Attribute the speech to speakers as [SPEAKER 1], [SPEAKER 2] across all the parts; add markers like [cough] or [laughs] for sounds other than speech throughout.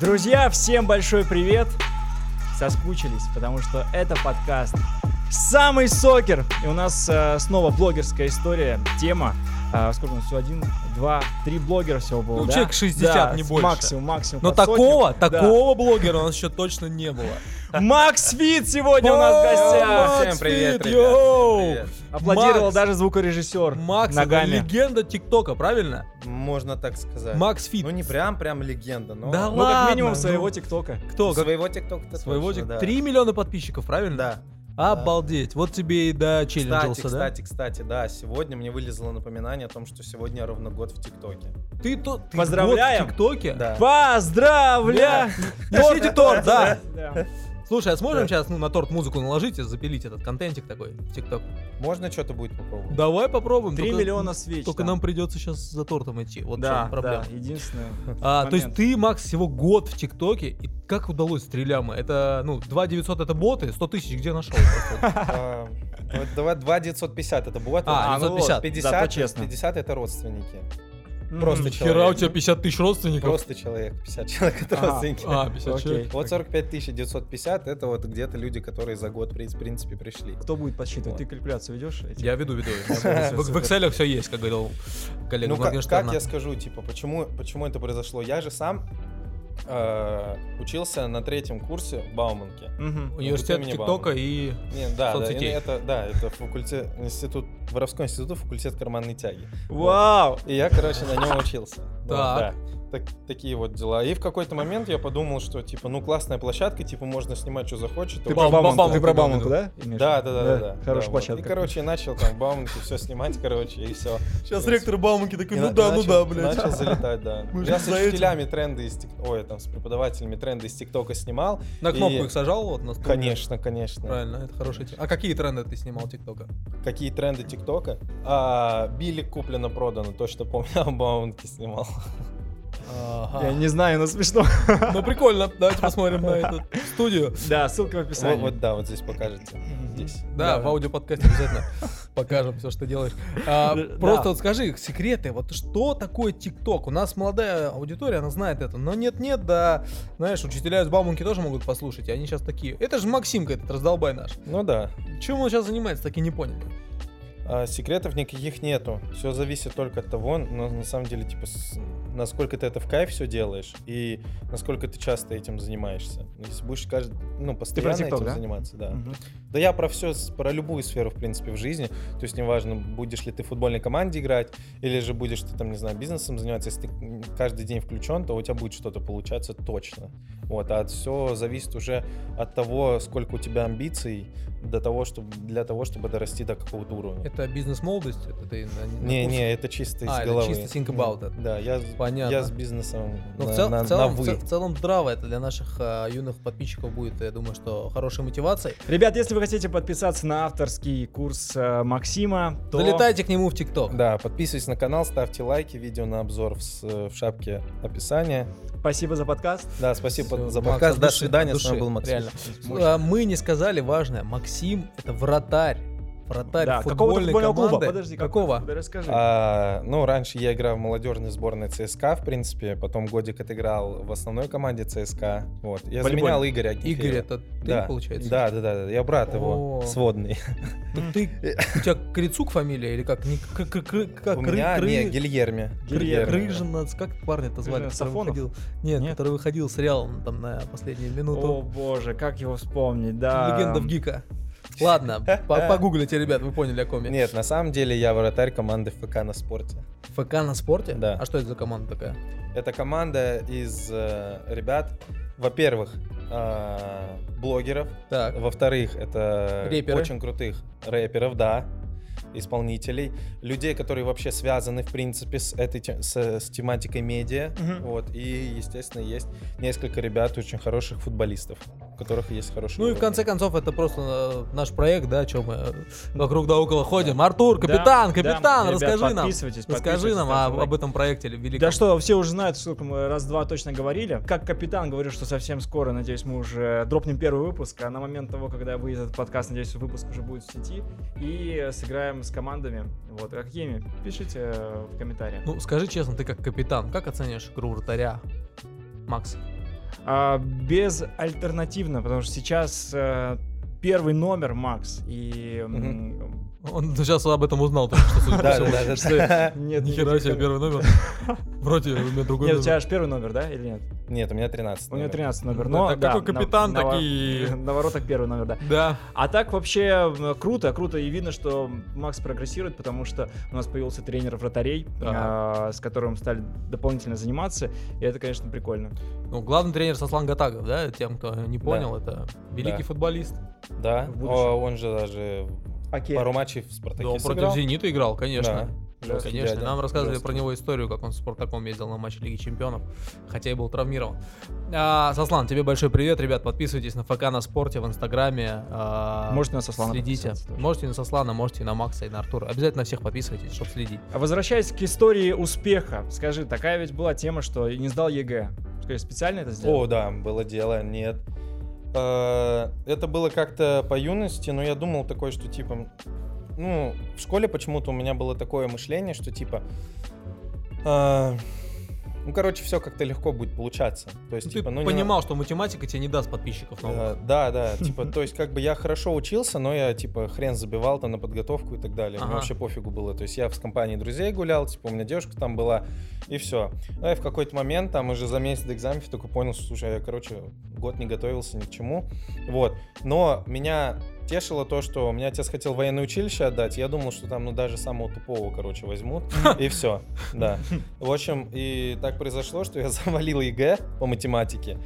[SPEAKER 1] Друзья, всем большой привет! Соскучились, потому что это подкаст «Самый сокер!» И у нас э, снова блогерская история, тема. Э, сколько у нас? Всего один, два, три блогера всего было,
[SPEAKER 2] Ну,
[SPEAKER 1] да?
[SPEAKER 2] человек 60,
[SPEAKER 1] Да,
[SPEAKER 2] не
[SPEAKER 1] с-
[SPEAKER 2] больше.
[SPEAKER 1] Максимум, максимум.
[SPEAKER 2] Но
[SPEAKER 1] под сотню.
[SPEAKER 2] такого,
[SPEAKER 1] Да.
[SPEAKER 2] такого блогера у нас еще точно не было.
[SPEAKER 1] Макс Фит сегодня у нас в
[SPEAKER 2] Макс
[SPEAKER 1] гостях!
[SPEAKER 3] Всем привет,
[SPEAKER 2] Фит,
[SPEAKER 3] ребят, всем
[SPEAKER 2] йоу!
[SPEAKER 3] привет.
[SPEAKER 1] Аплодировал
[SPEAKER 2] Макс.
[SPEAKER 1] даже звукорежиссер Ну,
[SPEAKER 2] Макс это
[SPEAKER 1] ногами.
[SPEAKER 2] легенда ТикТока, правильно?
[SPEAKER 3] Можно так сказать.
[SPEAKER 2] Макс Фит.
[SPEAKER 3] Ну не прям, прям легенда, но...
[SPEAKER 2] Да
[SPEAKER 1] Ну,
[SPEAKER 2] ладно.
[SPEAKER 1] как минимум,
[SPEAKER 2] ну.
[SPEAKER 1] своего ТикТока.
[SPEAKER 2] Кто? Как-
[SPEAKER 3] Своего тиктока-то
[SPEAKER 2] Своего
[SPEAKER 3] точно, да.
[SPEAKER 2] 3 миллиона подписчиков, правильно?
[SPEAKER 3] Да.
[SPEAKER 2] Обалдеть. Вот тебе и до
[SPEAKER 3] Кстати,
[SPEAKER 2] челленджился, да?
[SPEAKER 3] кстати, кстати, да, сегодня мне вылезло напоминание о том, что сегодня ровно год в ТикТоке.
[SPEAKER 2] Ты то ты
[SPEAKER 1] Поздравляем.
[SPEAKER 2] вот в ТикТоке?
[SPEAKER 3] Да.
[SPEAKER 1] Поздравляю!
[SPEAKER 2] Несите торт, да.
[SPEAKER 1] Да.
[SPEAKER 2] Слушай, а сможем
[SPEAKER 3] Да.
[SPEAKER 2] сейчас ну, на торт музыку наложить и запилить этот контентик такой в ТикТок?
[SPEAKER 3] Можно что-то будет попробовать?
[SPEAKER 2] Давай попробуем.
[SPEAKER 1] Три
[SPEAKER 2] только-
[SPEAKER 1] миллиона свеч.
[SPEAKER 2] Только
[SPEAKER 1] там.
[SPEAKER 2] нам придется сейчас за тортом идти. Вот в
[SPEAKER 1] да,
[SPEAKER 2] чем проблема.
[SPEAKER 1] да, единственное.
[SPEAKER 2] А, то есть
[SPEAKER 1] момент.
[SPEAKER 2] ты, Макс, всего год в ТикТоке, и как удалось три ляма? Это, ну, 2 900 это боты, 100 тысяч где нашел?
[SPEAKER 3] А, вот Два два 950 это будет.
[SPEAKER 2] А,
[SPEAKER 1] А, ну
[SPEAKER 2] 950.
[SPEAKER 1] вот,
[SPEAKER 3] 50,
[SPEAKER 1] Зато честно.
[SPEAKER 3] 50 это родственники.
[SPEAKER 1] Мгм.
[SPEAKER 3] просто
[SPEAKER 2] Нихера,
[SPEAKER 3] человек.
[SPEAKER 2] 50 тысяч родственников.
[SPEAKER 3] Просто человек, 50 человек это
[SPEAKER 1] Ага.
[SPEAKER 3] родственники.
[SPEAKER 2] А, 50
[SPEAKER 1] Окей.
[SPEAKER 2] человек.
[SPEAKER 3] Вот 45 950 это вот где-то люди, которые за год в принципе пришли.
[SPEAKER 1] Кто будет подсчитывать?
[SPEAKER 3] Вот.
[SPEAKER 1] Ты калькуляцию ведешь? эти?
[SPEAKER 2] Я веду, веду.
[SPEAKER 1] Всё,
[SPEAKER 2] В в
[SPEAKER 1] супер.
[SPEAKER 2] Excel все есть, как говорил коллега
[SPEAKER 3] Ну как, как
[SPEAKER 2] Моргенштерна.
[SPEAKER 3] я скажу, типа, почему, почему это произошло? Я же сам э, учился на третьем курсе в Бауманке.
[SPEAKER 1] Мгм.
[SPEAKER 2] Университет
[SPEAKER 3] Имени
[SPEAKER 2] ТикТока
[SPEAKER 3] Баумана.
[SPEAKER 2] и...
[SPEAKER 3] Не, да, да,
[SPEAKER 2] Соцсетей.
[SPEAKER 3] и это, да, это факультет, институт, воровской институт, факультет карманной тяги.
[SPEAKER 1] Вау!
[SPEAKER 3] И я, короче, на нем учился. Вот,
[SPEAKER 2] Так.
[SPEAKER 3] да. Так- такие вот дела. И в какой-то момент я подумал, что, типа, ну, классная площадка, типа, можно снимать, что захочешь.
[SPEAKER 1] Ты
[SPEAKER 3] это
[SPEAKER 2] Баум-
[SPEAKER 1] про
[SPEAKER 2] Бауманку,
[SPEAKER 3] очень-
[SPEAKER 1] Бауманку, ты
[SPEAKER 2] ты
[SPEAKER 1] про
[SPEAKER 2] имел в
[SPEAKER 1] Бауманку,
[SPEAKER 2] виду?
[SPEAKER 1] да? имеешь
[SPEAKER 3] Да,
[SPEAKER 1] в
[SPEAKER 3] да,
[SPEAKER 1] виду?
[SPEAKER 3] да, да,
[SPEAKER 1] Хорошая
[SPEAKER 3] да. да, вот.
[SPEAKER 1] площадка.
[SPEAKER 3] И,
[SPEAKER 2] Ну,
[SPEAKER 3] короче, начал там в Бауманке все снимать, короче, и все.
[SPEAKER 2] Сейчас
[SPEAKER 3] ректор
[SPEAKER 2] Бауманки такой, «Ну
[SPEAKER 3] И на- начал- Начал залетать, да.
[SPEAKER 2] Мы
[SPEAKER 3] Я
[SPEAKER 2] же
[SPEAKER 3] с
[SPEAKER 2] за этим.
[SPEAKER 3] учителями тренды из тик- Ой, там, с преподавателями тренды из ТикТока снимал.
[SPEAKER 2] На кнопку
[SPEAKER 3] И-
[SPEAKER 2] их сажал вот на стул?
[SPEAKER 3] Конечно, конечно.
[SPEAKER 2] Правильно, это хорошая тема. А какие тренды ты снимал ТикТока?
[SPEAKER 3] Какие тренды ТикТока? А, Билли куплено-продано, то, что помню, [laughs] я в Баунке снимал.
[SPEAKER 2] А.
[SPEAKER 1] Я не знаю, но
[SPEAKER 2] [laughs]
[SPEAKER 1] смешно.
[SPEAKER 2] Ну прикольно, давайте посмотрим на эту студию.
[SPEAKER 1] Да, ссылка в
[SPEAKER 3] Вот,
[SPEAKER 1] описании.
[SPEAKER 3] вот, да, вот здесь покажете. Здесь.
[SPEAKER 2] Да,
[SPEAKER 1] Да.
[SPEAKER 2] в аудиоподкасте обязательно [laughs] покажем все, что делаешь. А,
[SPEAKER 1] Да.
[SPEAKER 2] Просто вот скажи секреты, вот что такое ТикТок? У нас молодая аудитория, она знает это, но нет-нет, да, знаешь, учителя из Бауманки тоже могут послушать, и они сейчас такие, это же Максимка этот раздолбай наш.
[SPEAKER 3] Ну да.
[SPEAKER 2] Чем он сейчас занимается, так и не понял.
[SPEAKER 3] А, секретов никаких нету. Все зависит только от того, но на самом деле, типа, с- насколько ты это в кайф все делаешь и насколько ты часто этим занимаешься. Если будешь каждый, ну, постоянно
[SPEAKER 1] TikTok,
[SPEAKER 3] этим
[SPEAKER 1] да?
[SPEAKER 3] заниматься, да.
[SPEAKER 1] Мгм.
[SPEAKER 3] Да я про все, про любую сферу, в принципе, в жизни. То есть, неважно, будешь ли ты в футбольной команде играть, или же будешь ты, там, не знаю, бизнесом заниматься. Если ты м, каждый день включен, то у тебя будет что-то получаться точно. Вот, а все зависит уже от того, сколько у тебя амбиций до того, чтобы, для того, чтобы дорасти до какого-то уровня.
[SPEAKER 2] Это бизнес-молодость? Это ты на- на
[SPEAKER 3] Не,
[SPEAKER 2] курсах?
[SPEAKER 3] не, это чисто из
[SPEAKER 2] А, это
[SPEAKER 3] головы.
[SPEAKER 2] чисто think about it.
[SPEAKER 3] Да, я, с-
[SPEAKER 2] Понятно.
[SPEAKER 3] я с бизнесом
[SPEAKER 2] Ну,
[SPEAKER 3] на,
[SPEAKER 2] в, цел-
[SPEAKER 3] на-
[SPEAKER 2] в
[SPEAKER 3] на
[SPEAKER 2] целом,
[SPEAKER 3] вы.
[SPEAKER 2] в цел- в целом здраво это для наших а, юных подписчиков будет, я думаю, что хорошей мотивацией.
[SPEAKER 1] Ребят, если вы хотите подписаться на авторский курс э, Максима, то...
[SPEAKER 2] Залетайте к нему в ТикТок.
[SPEAKER 3] Да, подписывайтесь на канал, ставьте лайки, видео на обзор в, с- э, в шапке описания.
[SPEAKER 1] Спасибо за подкаст.
[SPEAKER 3] Да, спасибо
[SPEAKER 2] Всё,
[SPEAKER 3] за
[SPEAKER 2] Макс,
[SPEAKER 3] подкаст.
[SPEAKER 2] от
[SPEAKER 3] До
[SPEAKER 2] души,
[SPEAKER 3] свидания.
[SPEAKER 2] от
[SPEAKER 3] С вами
[SPEAKER 2] души,
[SPEAKER 3] был Максим.
[SPEAKER 2] реально. А, Мы не сказали важное. Максим это вратарь. Вратарь
[SPEAKER 1] Да, какого-то
[SPEAKER 2] футбольной
[SPEAKER 1] футбольного
[SPEAKER 2] команды.
[SPEAKER 1] клуба. Подожди, как-
[SPEAKER 2] какого?
[SPEAKER 1] Да расскажи.
[SPEAKER 3] А, ну, раньше я играл в молодежной сборной ЦСКА, в принципе. Потом годик отыграл в основной команде ЦСКА. Вот. Я
[SPEAKER 1] Волейбольный.
[SPEAKER 3] заменял Игоря Акинфеева.
[SPEAKER 2] Игорь, это ты,
[SPEAKER 3] да.
[SPEAKER 2] получается?
[SPEAKER 3] Да, да, да, да. Я брат его,
[SPEAKER 2] О.
[SPEAKER 3] сводный.
[SPEAKER 2] Так ты, у тебя Крицук фамилия или как? Не, к- к- к- как
[SPEAKER 3] У
[SPEAKER 2] Кры-
[SPEAKER 3] меня,
[SPEAKER 2] Кры-
[SPEAKER 3] не, Гильерми.
[SPEAKER 2] Кры-
[SPEAKER 1] Гильермо.
[SPEAKER 2] Крыжинац, как парня-то звали?
[SPEAKER 1] Крыжинац
[SPEAKER 2] который
[SPEAKER 1] Сафонов?
[SPEAKER 2] выходил- Нет,
[SPEAKER 1] Нет.
[SPEAKER 2] который выходил с Реалом там на последнюю
[SPEAKER 1] О
[SPEAKER 2] минуту.
[SPEAKER 1] боже, как его вспомнить, да.
[SPEAKER 2] Легенда в Гика. Ладно, по- погуглите, ребят, вы поняли о ком я.
[SPEAKER 3] Нет, на самом деле я вратарь команды ФК на спорте.
[SPEAKER 2] ФК на спорте?
[SPEAKER 3] Да.
[SPEAKER 2] А что это за команда такая?
[SPEAKER 3] Это команда из э, ребят, во-первых, э, блогеров,
[SPEAKER 2] Так.
[SPEAKER 3] Во-вторых, это
[SPEAKER 2] Рэперы.
[SPEAKER 3] очень крутых рэперов, да, исполнителей, людей, которые вообще связаны, в принципе, с этой те- с, с тематикой медиа,
[SPEAKER 1] Мгм.
[SPEAKER 3] вот, и, естественно, есть несколько ребят очень хороших футболистов, у которых есть хороший
[SPEAKER 2] Ну и в
[SPEAKER 3] уровень.
[SPEAKER 2] конце концов, это просто э, наш проект, да, чем мы э, вокруг да около ходим. Артур,
[SPEAKER 1] Да,
[SPEAKER 2] капитан,
[SPEAKER 1] да,
[SPEAKER 2] капитан,
[SPEAKER 1] ребят,
[SPEAKER 2] расскажи нам.
[SPEAKER 1] подписывайтесь,
[SPEAKER 2] Расскажи
[SPEAKER 1] подписывайтесь,
[SPEAKER 2] нам
[SPEAKER 1] ставьте
[SPEAKER 2] о-
[SPEAKER 1] лайки.
[SPEAKER 2] об этом проекте великом.
[SPEAKER 1] Да что, все уже знают, сколько мы раз-два точно говорили. Как капитан говорю, что совсем скоро, надеюсь, мы уже дропнем первый выпуск, а на момент того, когда выйдет этот подкаст, надеюсь, выпуск уже будет в сети, и сыграем с командами. Вот, а какими? Пишите э, в комментариях.
[SPEAKER 2] Ну скажи честно, ты как капитан, как оценишь игру вратаря? Макс.
[SPEAKER 1] а, безальтернативно, потому что сейчас а, первый номер Макс и м,
[SPEAKER 2] Он сейчас об этом узнал, только что судя по
[SPEAKER 3] [laughs] Да,
[SPEAKER 2] всему.
[SPEAKER 3] да, да,
[SPEAKER 2] Что я-
[SPEAKER 3] да.
[SPEAKER 1] нет,
[SPEAKER 2] Ни
[SPEAKER 1] не
[SPEAKER 2] хера себе,
[SPEAKER 1] Виктор. [laughs]
[SPEAKER 2] первый номер. Вроде у меня другой
[SPEAKER 1] Нет, у
[SPEAKER 2] номер.
[SPEAKER 1] тебя аж первый номер, да, или нет?
[SPEAKER 3] Нет, у меня 13.
[SPEAKER 1] У него
[SPEAKER 3] номер.
[SPEAKER 1] 13 номер.
[SPEAKER 2] Э, Да,
[SPEAKER 1] Но,
[SPEAKER 2] так
[SPEAKER 1] да,
[SPEAKER 2] какой
[SPEAKER 1] на-
[SPEAKER 2] капитан,
[SPEAKER 1] на во-
[SPEAKER 2] так и-
[SPEAKER 1] [laughs] На воротах первый номер, да.
[SPEAKER 2] Да.
[SPEAKER 1] А так вообще м, круто, круто и видно, что Макс прогрессирует, потому что у нас появился тренер вратарей, а, с которым стали дополнительно заниматься, и это, конечно, прикольно.
[SPEAKER 2] Ну, главный тренер Сослан Гатагов, да, тем, кто не понял, это великий
[SPEAKER 3] Да.
[SPEAKER 2] футболист.
[SPEAKER 3] Да,
[SPEAKER 1] В будущем.
[SPEAKER 3] О, он же даже
[SPEAKER 1] Окей.
[SPEAKER 3] пару матчей в
[SPEAKER 2] Да,
[SPEAKER 3] Спартаке
[SPEAKER 2] он против
[SPEAKER 3] сыграл.
[SPEAKER 2] Зенита играл, конечно.
[SPEAKER 3] Да,
[SPEAKER 1] Да,
[SPEAKER 3] жесткий
[SPEAKER 2] Ну, Конечно,
[SPEAKER 3] дядя,
[SPEAKER 2] нам рассказывали
[SPEAKER 3] жесткий.
[SPEAKER 2] про него историю, как он с Спартаком ездил на матч Лиги Чемпионов, хотя и был травмирован. А, Сослан, тебе большой привет, ребят, подписывайтесь на ФК на спорте в Инстаграме. а,
[SPEAKER 1] Можете на Сослана
[SPEAKER 2] Следите.
[SPEAKER 1] подписаться тоже.
[SPEAKER 2] Можете на Сослана, можете и на Макса, и на Артура. Обязательно всех подписывайтесь, чтобы следить.
[SPEAKER 1] А Возвращаясь к истории успеха, скажи, такая ведь была тема, что не сдал ЕГЭ. Скажи, специально это сделал?
[SPEAKER 3] О, да, было дело, нет. Э, Это было как-то по юности, но я думал такое, что типа... Ну, в школе почему-то у меня было такое мышление, что типа... э, Ну, короче, все как-то легко будет получаться. То есть,
[SPEAKER 2] Ты
[SPEAKER 3] типа, ну, не на-
[SPEAKER 2] понимал, что математика тебе не даст подписчиков новых.
[SPEAKER 3] Э, Да, да, типа, то есть как бы я хорошо учился, но я типа хрен забивал там на подготовку и так далее. Мне
[SPEAKER 2] Ага.
[SPEAKER 3] вообще пофигу было. То есть я в с компанией друзей гулял, типа у меня девушка там была, и все. Ну и в какой-то момент, там уже за месяц до экзаменов, я только понял, что, слушай, я, короче, год не готовился ни к чему. Вот. Но меня тешило то, что меня отец хотел в военное училище отдать. Я думал, что там, ну, даже самого тупого, короче, возьмут. И все. Да. В общем, и так произошло, что я [laughs] завалил ЕГЭ по математике.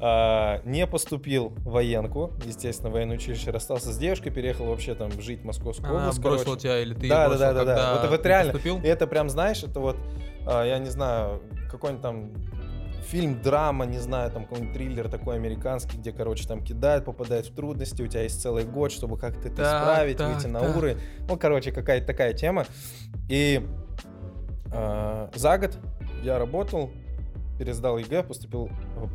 [SPEAKER 3] А, не поступил в военку, естественно, в военное училище, расстался с девушкой, переехал вообще там жить в Московскую
[SPEAKER 2] Она
[SPEAKER 3] область.
[SPEAKER 2] бросила
[SPEAKER 3] короче.
[SPEAKER 2] А, тебя или ты её
[SPEAKER 3] Да, да,
[SPEAKER 2] бросил,
[SPEAKER 3] да, да, да.
[SPEAKER 2] когда
[SPEAKER 3] Вот- вот
[SPEAKER 2] ты
[SPEAKER 3] реально.
[SPEAKER 2] поступил?
[SPEAKER 3] И это прям, знаешь, это вот, а, я не знаю, какой-нибудь там фильм, драма, не знаю, там какой-нибудь триллер такой американский, где, короче, там кидают, попадают в трудности, у тебя есть целый год, чтобы как-то это
[SPEAKER 2] Так,
[SPEAKER 3] исправить,
[SPEAKER 2] так,
[SPEAKER 3] выйти на
[SPEAKER 2] так.
[SPEAKER 3] уровень. Ну, короче, какая-то такая тема. И а, за год я работал, пересдал ЕГЭ, поступил,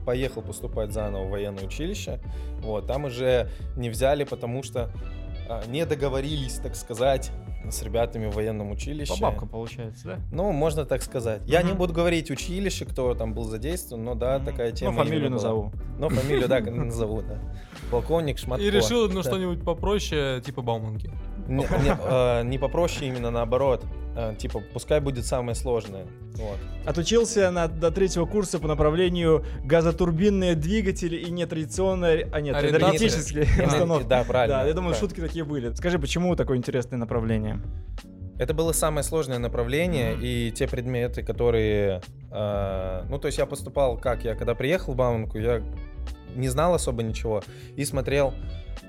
[SPEAKER 3] поехал поступать заново в военное училище. Вот, там уже не взяли, потому что а, не договорились, так сказать, с ребятами в военном училище.
[SPEAKER 1] По бабкам получается, да?
[SPEAKER 3] Ну, можно так сказать. Я не
[SPEAKER 2] Мгм.
[SPEAKER 3] буду говорить училище, кто там был задействован, но да,
[SPEAKER 1] М,
[SPEAKER 3] такая тема.
[SPEAKER 1] Ну, фамилию
[SPEAKER 3] именно была.
[SPEAKER 1] назову.
[SPEAKER 3] Ну,
[SPEAKER 1] [laughs]
[SPEAKER 3] фамилию, да, назову, да. Полковник Шматко.
[SPEAKER 2] И решил, ну,
[SPEAKER 3] Да.
[SPEAKER 2] что-нибудь попроще, типа Бауманки.
[SPEAKER 3] Не, не, э, не попроще именно, наоборот. Э, Типа, пускай будет самое сложное.
[SPEAKER 1] [laughs]
[SPEAKER 3] Вот.
[SPEAKER 1] Отучился на, до третьего курса по направлению газотурбинные двигатели и нетрадиционные, а нет,
[SPEAKER 2] Ориентация.
[SPEAKER 1] энергетические установки.
[SPEAKER 3] Да, правильно.
[SPEAKER 1] Да, я думаю,
[SPEAKER 3] правильно.
[SPEAKER 1] шутки такие были. Скажи, почему такое интересное направление?
[SPEAKER 3] Это было самое сложное направление,
[SPEAKER 1] Мгм.
[SPEAKER 3] и те предметы, которые... э, ну, то есть я поступал как? Я когда приехал в Бауманку, я не знал особо ничего и смотрел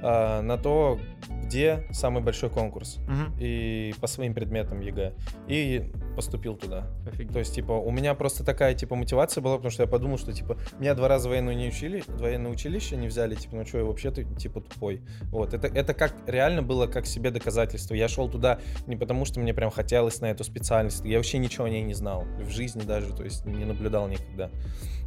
[SPEAKER 3] э, на то, где самый большой конкурс. И по своим предметам ЕГЭ. И поступил туда. То
[SPEAKER 1] Офигеть.
[SPEAKER 3] есть, типа, у меня просто такая, типа, мотивация была, потому что я подумал, что, типа, меня два раза военную не учили, военное училище не взяли, типа, ну что, я вообще, ты, типа, тупой. Вот, это, это как, реально было как себе доказательство. Я шел туда не потому, что мне прям хотелось на эту специальность, я вообще ничего о ней не знал, в жизни даже, то есть, не наблюдал никогда.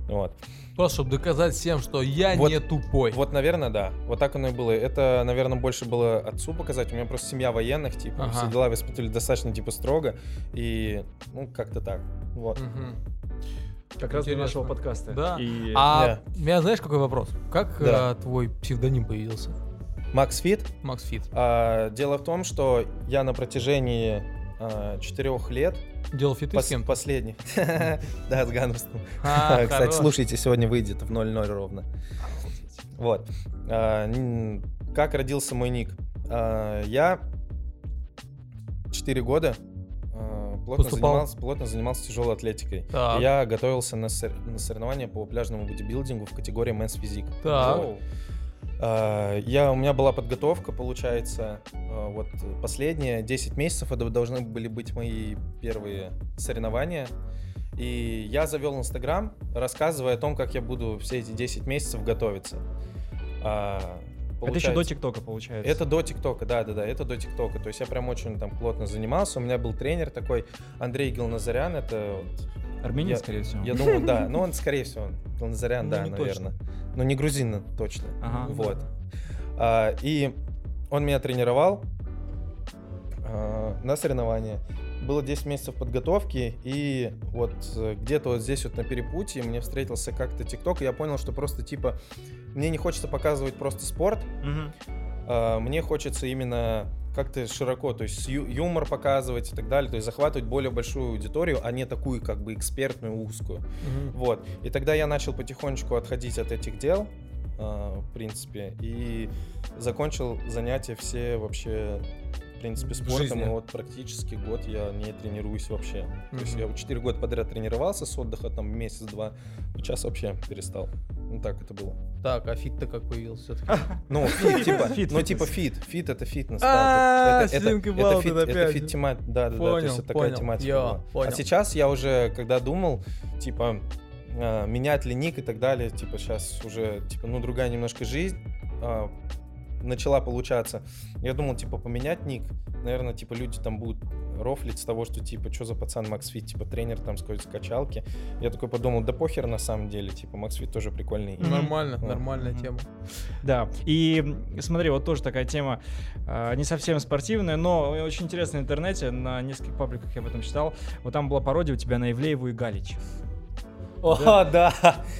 [SPEAKER 3] Вот.
[SPEAKER 2] Просто, чтобы доказать всем, что я
[SPEAKER 3] Вот-
[SPEAKER 2] не тупой.
[SPEAKER 3] Вот, наверное, да. Вот так оно и было. Это, наверное, больше было отцу показать. У меня просто семья военных, типа,
[SPEAKER 2] Ага.
[SPEAKER 3] все дела воспитывали достаточно, типа, строго. И, ну, как-то так. Вот.
[SPEAKER 2] Мгм.
[SPEAKER 1] Как раз для
[SPEAKER 2] Интересно.
[SPEAKER 1] нашего подкаста.
[SPEAKER 2] Да.
[SPEAKER 1] И-
[SPEAKER 2] А
[SPEAKER 3] Да.
[SPEAKER 2] у меня знаешь, какой вопрос? Как
[SPEAKER 3] Да.
[SPEAKER 2] э, твой псевдоним появился?
[SPEAKER 3] Макс Фит,
[SPEAKER 2] Макс Фит.
[SPEAKER 3] А, дело в том, что я на протяжении а, четырех лет,
[SPEAKER 2] Делал фиты
[SPEAKER 3] пос-
[SPEAKER 2] с
[SPEAKER 3] [laughs]
[SPEAKER 2] кем?
[SPEAKER 3] последних, да, с Ганнерсом.
[SPEAKER 2] А,
[SPEAKER 3] Э, Кстати,
[SPEAKER 2] хорош.
[SPEAKER 3] слушайте, сегодня выйдет в 0-0 ровно. Вот. А, н- Как родился мой ник? А, Я 4 года а, плотно
[SPEAKER 2] Поступал.
[SPEAKER 3] занимался, плотно занимался тяжелой атлетикой.
[SPEAKER 2] Так.
[SPEAKER 3] Я готовился на, сор- на соревнования по пляжному бодибилдингу в категории Men's Physique.
[SPEAKER 2] Так.
[SPEAKER 3] Вот. А, Я, у меня была подготовка, получается, а, вот последние 10 месяцев это должны были быть мои первые соревнования. И я завел Инстаграм, рассказывая о том, как я буду все эти 10 месяцев готовиться. А,
[SPEAKER 1] Это еще
[SPEAKER 3] получается-
[SPEAKER 1] до ТикТока получается.
[SPEAKER 3] это до ТикТока, да, да, да, это до ТикТока. То есть я прям очень там плотно занимался. У меня был тренер такой Андрей Гилназарян, это вот
[SPEAKER 1] Армения,
[SPEAKER 3] я-
[SPEAKER 1] скорее всего.
[SPEAKER 3] я
[SPEAKER 2] [laughs]
[SPEAKER 3] думаю, да. Но он, скорее всего, Назарян,
[SPEAKER 2] Ну,
[SPEAKER 3] да,
[SPEAKER 2] не
[SPEAKER 3] наверное. Но не грузин, ну, точно.
[SPEAKER 1] Ага.
[SPEAKER 3] Вот. А, И он меня тренировал а, на соревнования. было 10 месяцев подготовки, и вот э, где-то вот здесь вот на перепутье мне встретился как-то ТикТок, и я понял, что просто типа мне не хочется показывать просто спорт,
[SPEAKER 1] Мгм.
[SPEAKER 3] а, мне хочется именно как-то широко, то есть ю- юмор показывать и так далее, то есть захватывать более большую аудиторию, а не такую как бы экспертную узкую.
[SPEAKER 2] Мгм.
[SPEAKER 3] Вот. И тогда я начал потихонечку отходить от этих дел, а, в принципе, и закончил занятия все вообще, в принципе,
[SPEAKER 2] В
[SPEAKER 3] спортом.
[SPEAKER 2] жизни.
[SPEAKER 3] И вот практически год я не тренируюсь вообще. То есть
[SPEAKER 2] Мгм.
[SPEAKER 3] я 4 года подряд тренировался с отдыха, там месяц-два, сейчас вообще перестал. Ну так это было.
[SPEAKER 2] Так, а фит-то как появился? всё-таки? [laughs]
[SPEAKER 3] Ну, фит, типа,
[SPEAKER 1] Фит,
[SPEAKER 3] ну,
[SPEAKER 1] фитнес.
[SPEAKER 3] типа фит. Фит это фитнес.
[SPEAKER 2] А,
[SPEAKER 3] да, тут Это это-
[SPEAKER 2] свинки
[SPEAKER 3] это
[SPEAKER 2] балки
[SPEAKER 3] фит-
[SPEAKER 2] опять.
[SPEAKER 3] это фит тематика. Да, да, да. То
[SPEAKER 2] Понял,
[SPEAKER 3] есть это такая
[SPEAKER 2] понял.
[SPEAKER 3] тематика.
[SPEAKER 2] Йо,
[SPEAKER 3] была.
[SPEAKER 2] понял.
[SPEAKER 3] А сейчас я уже, когда думал, типа, а, менять ли ник и так далее, типа, сейчас уже, типа, ну, другая немножко жизнь а, начала получаться. Я думал, типа, поменять ник, наверное, типа, люди там будут рофлить с того, что, типа, что за пацан Максфит, типа, тренер там с какой-то скачалки. Я такой подумал, да похер на самом деле, типа, Максфит тоже прикольный.
[SPEAKER 1] Мгм.
[SPEAKER 2] Нормально,
[SPEAKER 3] Мгм.
[SPEAKER 2] нормальная
[SPEAKER 1] Мгм.
[SPEAKER 2] тема.
[SPEAKER 1] Да. И м, смотри, вот тоже такая тема, э, не совсем спортивная, но очень интересная в интернете, на нескольких пабликах я об этом читал. Вот там была пародия у тебя на Ивлееву и Галич.
[SPEAKER 3] О, да!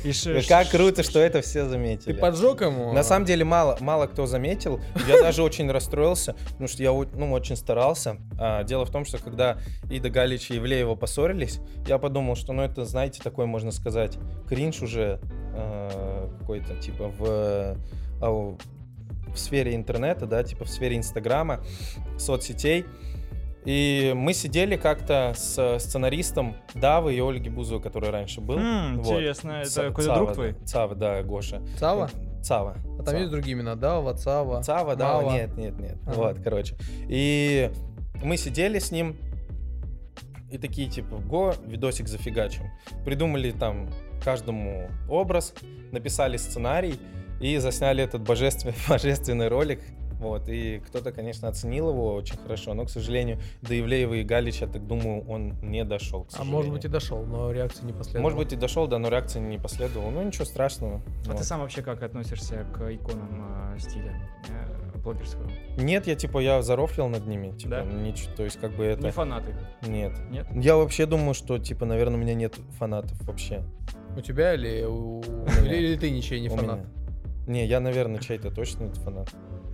[SPEAKER 1] И ш-
[SPEAKER 3] И
[SPEAKER 1] ш-
[SPEAKER 3] Э, Как круто, что это все заметили.
[SPEAKER 2] Ты а? поджег ему? э,
[SPEAKER 3] На самом деле мало, мало кто заметил. Я даже очень расстроился, потому что я о- ну, очень старался. А, дело в том, что когда Ида Галич и Ивлеева поссорились, я подумал, что ну это, знаете, такой, можно сказать, кринж уже э, какой-то, типа в, ау, в сфере интернета, да, типа в сфере Инстаграма, соцсетей. И мы сидели как-то с сценаристом Давы и Ольги Бузовой, который раньше был.
[SPEAKER 1] М,
[SPEAKER 3] Вот.
[SPEAKER 1] Интересно,
[SPEAKER 3] Ца-
[SPEAKER 1] это какой-то
[SPEAKER 3] Цава,
[SPEAKER 1] друг
[SPEAKER 3] да.
[SPEAKER 1] твой?
[SPEAKER 3] Цава, да, Гоша.
[SPEAKER 2] Цава?
[SPEAKER 3] Цава.
[SPEAKER 2] А там
[SPEAKER 3] Цава.
[SPEAKER 2] есть другие имена? Дава, Цава.
[SPEAKER 3] Цава, да,
[SPEAKER 2] Мава.
[SPEAKER 3] нет, нет, нет.
[SPEAKER 2] Ага.
[SPEAKER 3] Вот, короче. И мы сидели с ним и такие типа, го, видосик зафигачим. Придумали там каждому образ, написали сценарий и засняли этот божественный, [laughs] божественный ролик. Вот, и кто-то, конечно, оценил его очень хорошо, но, к сожалению, до Ивлеева и Галича, я так думаю, он не дошел, к
[SPEAKER 2] А может быть и дошел,
[SPEAKER 3] сожалению.
[SPEAKER 2] но реакции не последовало.
[SPEAKER 3] Может быть и дошел, да, но реакции не последовало. Ну, ничего страшного.
[SPEAKER 1] А ты
[SPEAKER 3] Вот.
[SPEAKER 1] сам вообще как относишься к иконам э, стиля э, блогерского?
[SPEAKER 3] Нет, я типа, я зарофлил над ними,
[SPEAKER 1] Да?
[SPEAKER 3] типа, ничего, то есть как бы это...
[SPEAKER 1] Не фанаты,
[SPEAKER 3] Нет.
[SPEAKER 1] нет?
[SPEAKER 3] Я вообще думаю, что, типа, наверное, у меня нет фанатов вообще.
[SPEAKER 2] У тебя или у...
[SPEAKER 3] меня.
[SPEAKER 2] Или, или ты ничей не
[SPEAKER 3] У
[SPEAKER 2] фанат?
[SPEAKER 3] меня. Не, я, наверное, чей-то точно не фанат.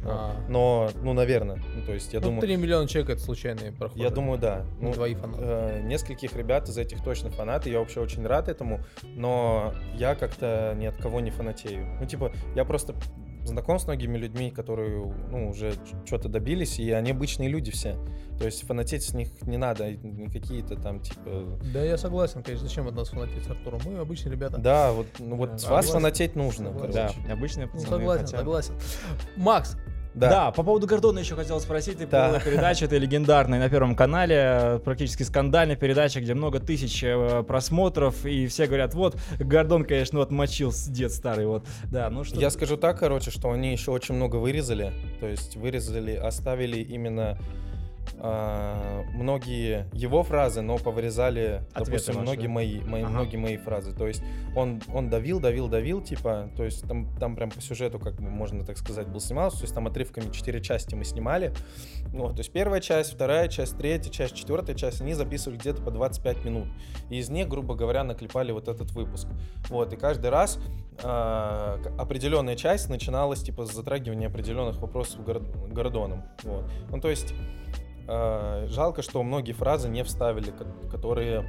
[SPEAKER 2] А.
[SPEAKER 3] Но, ну, наверное. Ну, то есть, я
[SPEAKER 2] Ну,
[SPEAKER 3] думаю...
[SPEAKER 2] 3 миллиона человек это случайные проходы.
[SPEAKER 3] Я думаю, да.
[SPEAKER 2] Не
[SPEAKER 3] Ну,
[SPEAKER 2] твои фанаты.
[SPEAKER 3] э, нескольких ребят из этих точно фанаты, я вообще очень рад этому, но я как-то ни от кого не фанатею. Ну, типа, я просто знаком с многими людьми, которые, ну, уже что-то добились, и они обычные люди все. То есть фанатеть с них не надо, и не какие-то там, типа...
[SPEAKER 2] Да, я согласен, конечно, зачем от нас фанатить с Артуром? Мы обычные ребята.
[SPEAKER 3] Да, вот, ну, вот
[SPEAKER 1] Да,
[SPEAKER 3] с вас
[SPEAKER 2] согласен.
[SPEAKER 3] фанатеть нужно,
[SPEAKER 2] Согласен.
[SPEAKER 1] Да,
[SPEAKER 3] короче.
[SPEAKER 1] обычные
[SPEAKER 2] Ну,
[SPEAKER 1] пацаны
[SPEAKER 2] согласен,
[SPEAKER 1] хотя бы.
[SPEAKER 2] согласен. Макс,
[SPEAKER 1] Да. по поводу Гордона еще хотел спросить. Ты
[SPEAKER 3] Да.
[SPEAKER 1] была передача, это легендарная на Первом канале, э, практически скандальная передача, где много тысяч э, просмотров, и все говорят, вот, Гордон, конечно, вот мочил с- дед старый, вот. Да, ну что...
[SPEAKER 3] Я скажу так, короче, что они еще очень много вырезали. То есть вырезали, оставили именно а, многие его фразы, но повырезали,
[SPEAKER 1] Ответы
[SPEAKER 3] допустим,
[SPEAKER 1] ваши,
[SPEAKER 3] многие
[SPEAKER 1] да?
[SPEAKER 3] мои, мои-
[SPEAKER 1] Ага.
[SPEAKER 3] многие мои фразы. То есть он, он давил, давил, давил, типа, то есть там, там прям по сюжету, как бы можно так сказать, был снимался. То есть там отрывками 4 части мы снимали. Вот, то есть первая часть, вторая часть, третья часть, четвертая часть, они записывали где-то по 25 минут. И из них, грубо говоря, наклепали вот этот выпуск. Вот, и каждый раз а, к- определенная часть начиналась, типа, с затрагивания определенных вопросов Горд- Гордоном. Вот. Ну, то есть, а, жалко, что многие фразы не вставили, ко- которые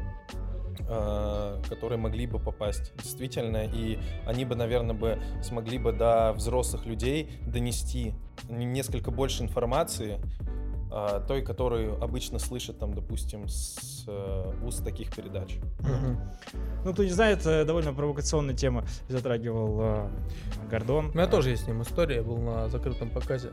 [SPEAKER 3] а, которые могли бы попасть действительно и они бы наверное бы смогли бы до взрослых людей донести н- несколько больше информации а, той которую обычно слышат там допустим с э, уст таких [laughs] передач
[SPEAKER 1] Мгм. Ну, кто не знает, э, довольно провокационная тема затрагивал э, Гордон.
[SPEAKER 2] у меня Ну, тоже есть с ним история. Я был на закрытом показе,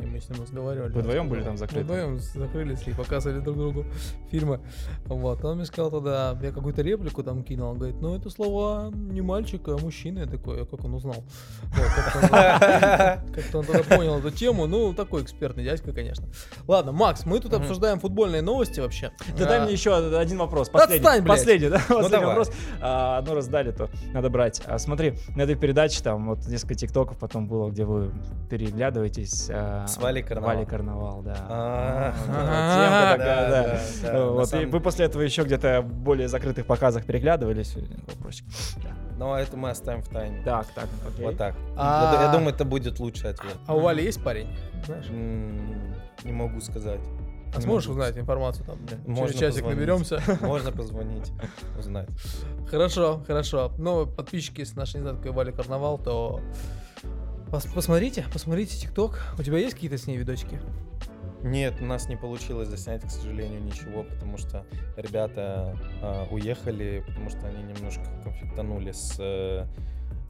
[SPEAKER 2] и
[SPEAKER 1] М.
[SPEAKER 2] мы с ним разговаривали.
[SPEAKER 1] Вы
[SPEAKER 2] Он
[SPEAKER 1] вдвоем
[SPEAKER 2] сказал-
[SPEAKER 1] были там закрыты?
[SPEAKER 2] Вдвоем закрылись и показывали друг другу фильмы. Вот, он мне сказал тогда, я какую-то реплику там кинул, он говорит, ну это слова не мальчика, а мужчины. Я такой, «А как он узнал? Вот,
[SPEAKER 1] [laughs]
[SPEAKER 2] как-то он- Как-то он тогда понял эту тему, ну такой экспертный дядька, конечно. Ладно, Макс, мы тут
[SPEAKER 3] Мгм.
[SPEAKER 2] обсуждаем футбольные новости вообще.
[SPEAKER 1] Ты дай
[SPEAKER 2] А,
[SPEAKER 1] мне еще один вопрос.
[SPEAKER 2] Да
[SPEAKER 1] Последний.
[SPEAKER 2] отстань, блядь.
[SPEAKER 1] последний, да? Последний
[SPEAKER 3] Ну давай.
[SPEAKER 1] вопрос. А, одно раздали, то надо брать. А, смотри, на этой передаче там вот несколько тиктоков потом было, где вы переглядываетесь. а, э,
[SPEAKER 3] С Валей Карнавал.
[SPEAKER 1] Вали Карнавал, да.
[SPEAKER 3] А,
[SPEAKER 1] Темка
[SPEAKER 2] да,
[SPEAKER 1] такая,
[SPEAKER 3] да,
[SPEAKER 1] да. Ну,
[SPEAKER 3] да, да.
[SPEAKER 1] Вот,
[SPEAKER 3] На
[SPEAKER 1] и
[SPEAKER 3] самом-
[SPEAKER 1] вы после этого еще где-то в более закрытых показах переглядывались? э, Или Вопросик.
[SPEAKER 3] Но Ну, а это мы оставим в тайне.
[SPEAKER 1] Так, так, окей.
[SPEAKER 3] Вот так. Я
[SPEAKER 2] А-
[SPEAKER 3] ду- Я думаю, это будет лучший ответ.
[SPEAKER 2] А у Вали есть парень?
[SPEAKER 3] А-
[SPEAKER 2] Знаешь?
[SPEAKER 3] М, Не могу сказать.
[SPEAKER 2] А сможешь узнать информацию там? Через
[SPEAKER 3] Можно
[SPEAKER 2] часик
[SPEAKER 3] позвонить.
[SPEAKER 2] наберемся.
[SPEAKER 3] Можно позвонить, узнать.
[SPEAKER 2] Хорошо, хорошо. Ну, подписчики, если наши не знают, какой Вали Карнавал, то пос- посмотрите, посмотрите ТикТок. У тебя есть какие-то с ней видосики?
[SPEAKER 3] Нет, у нас не получилось заснять, к сожалению, ничего, потому что ребята э, уехали, потому что они немножко конфликтанули с э,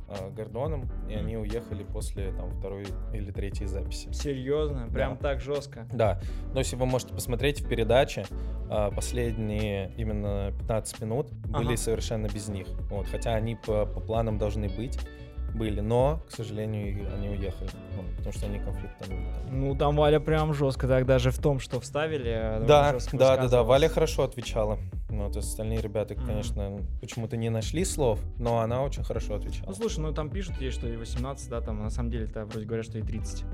[SPEAKER 3] э, Гордоном, и они уехали после там второй или третьей записи.
[SPEAKER 1] Серьезно, прям
[SPEAKER 3] Да.
[SPEAKER 1] так жестко.
[SPEAKER 3] Да, но если вы можете посмотреть в передаче, а, последние именно 15 минут были
[SPEAKER 1] Ага.
[SPEAKER 3] совершенно без них. Вот, хотя они по, по планам должны быть, были, но, к сожалению, и они уехали, вот, потому что они конфликтанули. там.
[SPEAKER 1] Ну, там Валя прям жестко, так даже в том, что вставили. э,
[SPEAKER 3] Да,
[SPEAKER 1] жестко
[SPEAKER 3] да, да, да,
[SPEAKER 1] высказывалась.
[SPEAKER 3] Валя хорошо отвечала. Ну, то есть остальные ребята,
[SPEAKER 1] Мгм.
[SPEAKER 3] конечно, почему-то не нашли слов, но она очень хорошо отвечала.
[SPEAKER 1] Ну, слушай, ну там пишут ей, что и 18, да, там а на самом деле-то вроде говорят, что и [laughs] 30.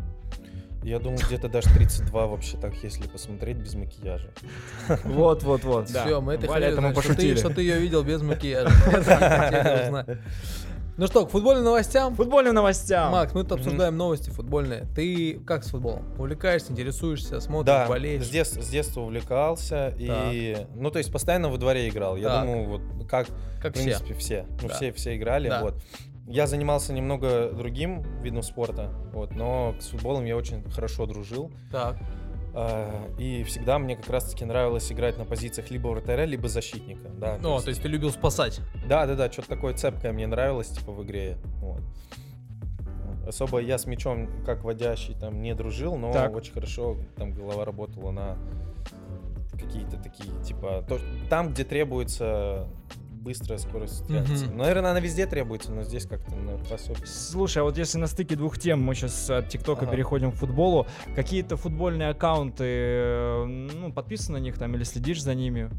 [SPEAKER 3] Я думаю, где-то даже 32 вообще так, если посмотреть без макияжа.
[SPEAKER 1] Вот, вот, вот, да.
[SPEAKER 2] Все, мы это
[SPEAKER 1] Валя,
[SPEAKER 2] хотели
[SPEAKER 1] это мы
[SPEAKER 2] знать, что ты-
[SPEAKER 1] пошутили. [laughs]
[SPEAKER 2] Что ты ее видел без а макияжа. Вот это хотели узнать. Ну что, к футбольным новостям.
[SPEAKER 1] Футбольным новостям.
[SPEAKER 2] Макс, мы тут
[SPEAKER 3] Мгм.
[SPEAKER 2] обсуждаем новости футбольные. Ты как с футболом? Увлекаешься, интересуешься, смотришь,
[SPEAKER 3] Да,
[SPEAKER 2] болеешь?
[SPEAKER 3] с, детс- с детства увлекался и, ну то есть постоянно во дворе играл. Я
[SPEAKER 2] Так.
[SPEAKER 3] думаю, вот как, в
[SPEAKER 2] Как все.
[SPEAKER 3] принципе все, ну
[SPEAKER 2] Да.
[SPEAKER 3] все все играли.
[SPEAKER 2] Да.
[SPEAKER 3] Вот я занимался немного другим видом спорта, вот, но с футболом я очень хорошо дружил
[SPEAKER 2] Так.
[SPEAKER 3] А, и всегда мне как раз-таки нравилось играть на позициях либо вратаря, либо защитника. Да,
[SPEAKER 2] Ну, то есть ты любил спасать.
[SPEAKER 3] да, да, да, что-то такое цепкое мне нравилось, типа, в игре. Вот. Вот. Особо я с мячом, как водящий, там не дружил, но
[SPEAKER 1] Так.
[SPEAKER 3] очень хорошо там голова работала на какие-то такие, типа, то- там, где требуется быстрая скорость
[SPEAKER 2] Мгм.
[SPEAKER 3] реакции. Наверное, она везде требуется, но здесь как-то ну, наверное, особенно.
[SPEAKER 1] Слушай, а вот если на стыке двух тем мы сейчас от ТикТока
[SPEAKER 3] Ага.
[SPEAKER 1] переходим к футболу, какие-то футбольные аккаунты, э, ну, подписан на них там или следишь за ними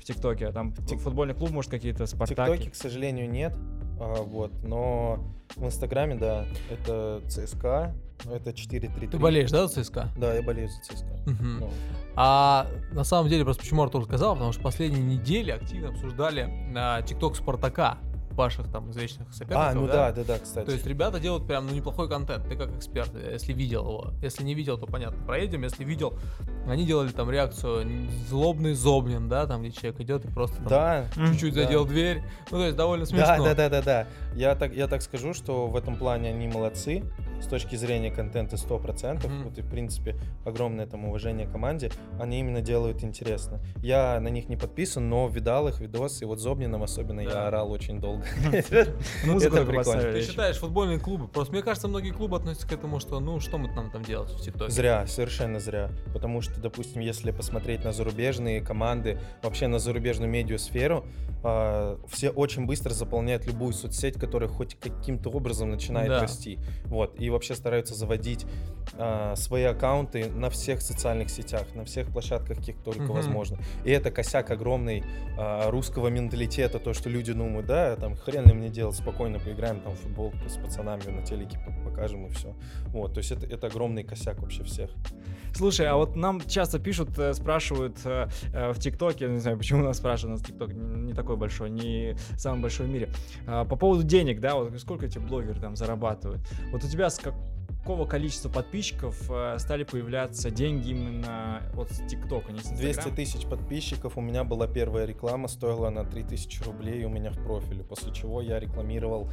[SPEAKER 1] в ТикТоке? А Там
[SPEAKER 3] Тик-
[SPEAKER 1] футбольный клуб, может, какие-то
[SPEAKER 3] В ТикТоке,
[SPEAKER 1] Спартаки?
[SPEAKER 3] к сожалению, нет. а, вот, но в Инстаграме, да, это ЦСКА, это 4-3-3.
[SPEAKER 2] Ты болеешь, да, за ЦСКА?
[SPEAKER 3] Да, я болею за ЦСКА.
[SPEAKER 2] Мгм.
[SPEAKER 3] Ну,
[SPEAKER 2] А на самом деле, просто почему Артур сказал, потому что последние недели активно обсуждали на ТикТок Спартака, ваших там извечных соперников.
[SPEAKER 3] А, ну да, да, да, кстати.
[SPEAKER 2] То есть ребята делают прям ну, неплохой контент, ты как эксперт, э, если видел его. Если не видел, то понятно, проедем. Если видел, они делали там реакцию н- злобный зоблин, да, там где человек идет и просто там
[SPEAKER 3] да,
[SPEAKER 1] М.
[SPEAKER 2] чуть-чуть
[SPEAKER 3] да.
[SPEAKER 2] задел дверь. Ну, то есть довольно смешно.
[SPEAKER 3] Да, да, да, да, да. Я так, я так скажу, что в этом плане они молодцы. С точки зрения контента 100%,
[SPEAKER 2] Мгм.
[SPEAKER 3] вот и в принципе огромное там уважение команде, они именно делают интересно. Я на них не подписан, но видал их видосы, и вот Зобнином особенно
[SPEAKER 2] Да.
[SPEAKER 3] я орал
[SPEAKER 2] [laughs]
[SPEAKER 3] очень долго.
[SPEAKER 1] Музыку
[SPEAKER 3] Это
[SPEAKER 1] только
[SPEAKER 3] прикольно.
[SPEAKER 1] поставили
[SPEAKER 2] Ты
[SPEAKER 1] еще.
[SPEAKER 2] считаешь футбольные клубы? Просто мне кажется, многие клубы относятся к этому, что ну что мы нам там делать в ТикТоке.
[SPEAKER 3] Зря, совершенно зря. Потому что, допустим, если посмотреть на зарубежные команды, вообще на зарубежную медиасферу, а, все очень быстро заполняют любую соцсеть, которая хоть каким-то образом начинает
[SPEAKER 2] Да.
[SPEAKER 3] расти. Вот. И вообще стараются заводить а, свои аккаунты на всех социальных сетях, на всех площадках, каких только
[SPEAKER 2] Мгм.
[SPEAKER 3] возможно. И это косяк огромный а, русского менталитета, то, что люди думают, да, там хрен ли мне делать, спокойно поиграем там в футбол с пацанами на телеке по- покажем и все. Вот, то есть это, это огромный косяк вообще всех.
[SPEAKER 1] Слушай, а вот нам часто пишут, э, спрашивают э, э, в ТикТоке, не знаю, почему нас спрашивают, у нас ТикТок не такой большой, не самый большой в мире. А, по поводу денег, да, вот сколько эти блогеры там зарабатывают? Вот у тебя с какого количества подписчиков э, стали появляться деньги именно от ТикТока, а не с
[SPEAKER 3] 200
[SPEAKER 1] Инстаграма?
[SPEAKER 3] тысяч подписчиков, у меня была первая реклама, стоила она 3000 рублей у меня в профиле, после чего я рекламировал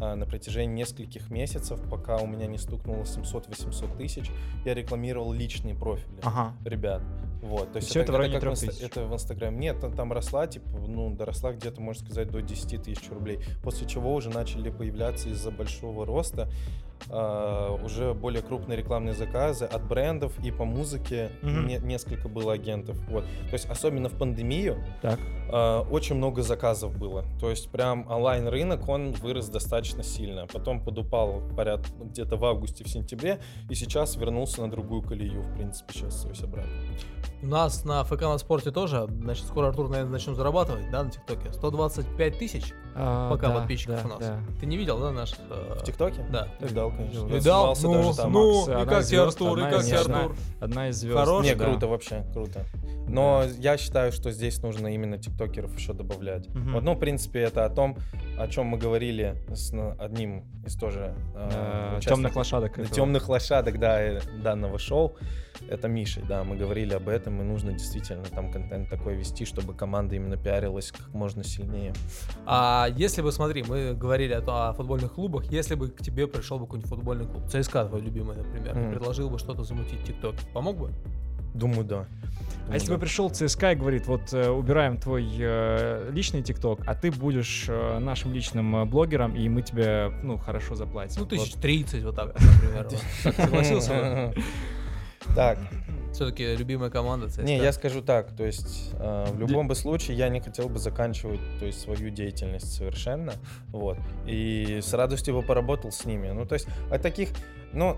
[SPEAKER 3] а, на протяжении нескольких месяцев, пока у меня не стукнуло 700-800 тысяч, я рекламировал личные профили.
[SPEAKER 1] Ага.
[SPEAKER 3] ребят. Вот, то есть
[SPEAKER 1] А. Всё это в районе
[SPEAKER 3] как в
[SPEAKER 1] 3000.
[SPEAKER 3] Инста- это в Инстаграме. Нет, та- там росла, типа, ну, доросла где-то, можно сказать, до 10 тысяч рублей. После чего уже начали появляться из-за большого роста а, уже более крупные рекламные заказы от брендов и по музыке
[SPEAKER 1] Мгм.
[SPEAKER 3] не- несколько было агентов. Вот. То есть особенно в пандемию
[SPEAKER 1] Так.
[SPEAKER 3] а, очень много заказов было. То есть прям онлайн-рынок, он вырос достаточно сильно. Потом подупал поряд где-то в августе, в сентябре, и сейчас вернулся на другую колею, в принципе, сейчас, то есть обратно.
[SPEAKER 2] У нас на ФК на спорте тоже, значит, скоро Артур, наверное, начнем зарабатывать, да, на ТикТоке. 125 тысяч
[SPEAKER 1] А,
[SPEAKER 2] Пока
[SPEAKER 1] да,
[SPEAKER 2] подписчиков
[SPEAKER 1] да,
[SPEAKER 2] у нас.
[SPEAKER 1] да.
[SPEAKER 2] Ты не видел, да, наш? э,
[SPEAKER 3] В ТикТоке?
[SPEAKER 2] Да.
[SPEAKER 3] Видал, конечно.
[SPEAKER 1] Видел.
[SPEAKER 2] Видал?
[SPEAKER 3] Снимался
[SPEAKER 2] Ну,
[SPEAKER 3] даже там
[SPEAKER 2] ну,
[SPEAKER 1] Макс,
[SPEAKER 2] и
[SPEAKER 1] она
[SPEAKER 2] как тебе,
[SPEAKER 1] звёзд,
[SPEAKER 2] Артур, и
[SPEAKER 1] одна
[SPEAKER 2] как
[SPEAKER 1] из
[SPEAKER 2] тебе,
[SPEAKER 1] звёзд.
[SPEAKER 2] Артур?
[SPEAKER 1] Одна из звезд.
[SPEAKER 2] Хорош?
[SPEAKER 3] Не, круто вообще, круто. Но я считаю, что здесь нужно именно тиктокеров еще добавлять.
[SPEAKER 1] Мгм.
[SPEAKER 3] Вот, ну, в принципе, это о том, о чем мы говорили с на- одним из тоже э,
[SPEAKER 1] Темных Э, лошадок. этого.
[SPEAKER 3] темных лошадок да, э, данного шоу. Это Мишей, да, мы говорили об этом, и нужно действительно там контент такой вести, чтобы команда именно пиарилась как можно сильнее.
[SPEAKER 2] А если бы, смотри, мы говорили о, то- о футбольных клубах, если бы к тебе пришел бы какой-нибудь футбольный клуб, ЦСКА твой любимый, например, и
[SPEAKER 3] Мгм.
[SPEAKER 2] предложил бы что-то замутить в ТикТок, помог бы?
[SPEAKER 3] Думаю, да.
[SPEAKER 1] А если бы пришел ЦСКА и говорит, вот э, убираем твой э, личный ТикТок, а ты будешь э, нашим личным э, блогером, и мы тебе, ну, хорошо заплатим.
[SPEAKER 2] Ну,
[SPEAKER 1] Вот.
[SPEAKER 2] тысяч тридцать
[SPEAKER 3] [laughs]
[SPEAKER 2] вот так, например. вот. Так, Согласился бы?
[SPEAKER 3] бы? [laughs] Так,
[SPEAKER 2] Все-таки любимая команда ЦСКА.
[SPEAKER 3] Не, я скажу так, то есть э, в любом бы случае я не хотел бы заканчивать, то есть свою деятельность совершенно, вот. И с радостью бы поработал с ними. Ну то есть от таких, ну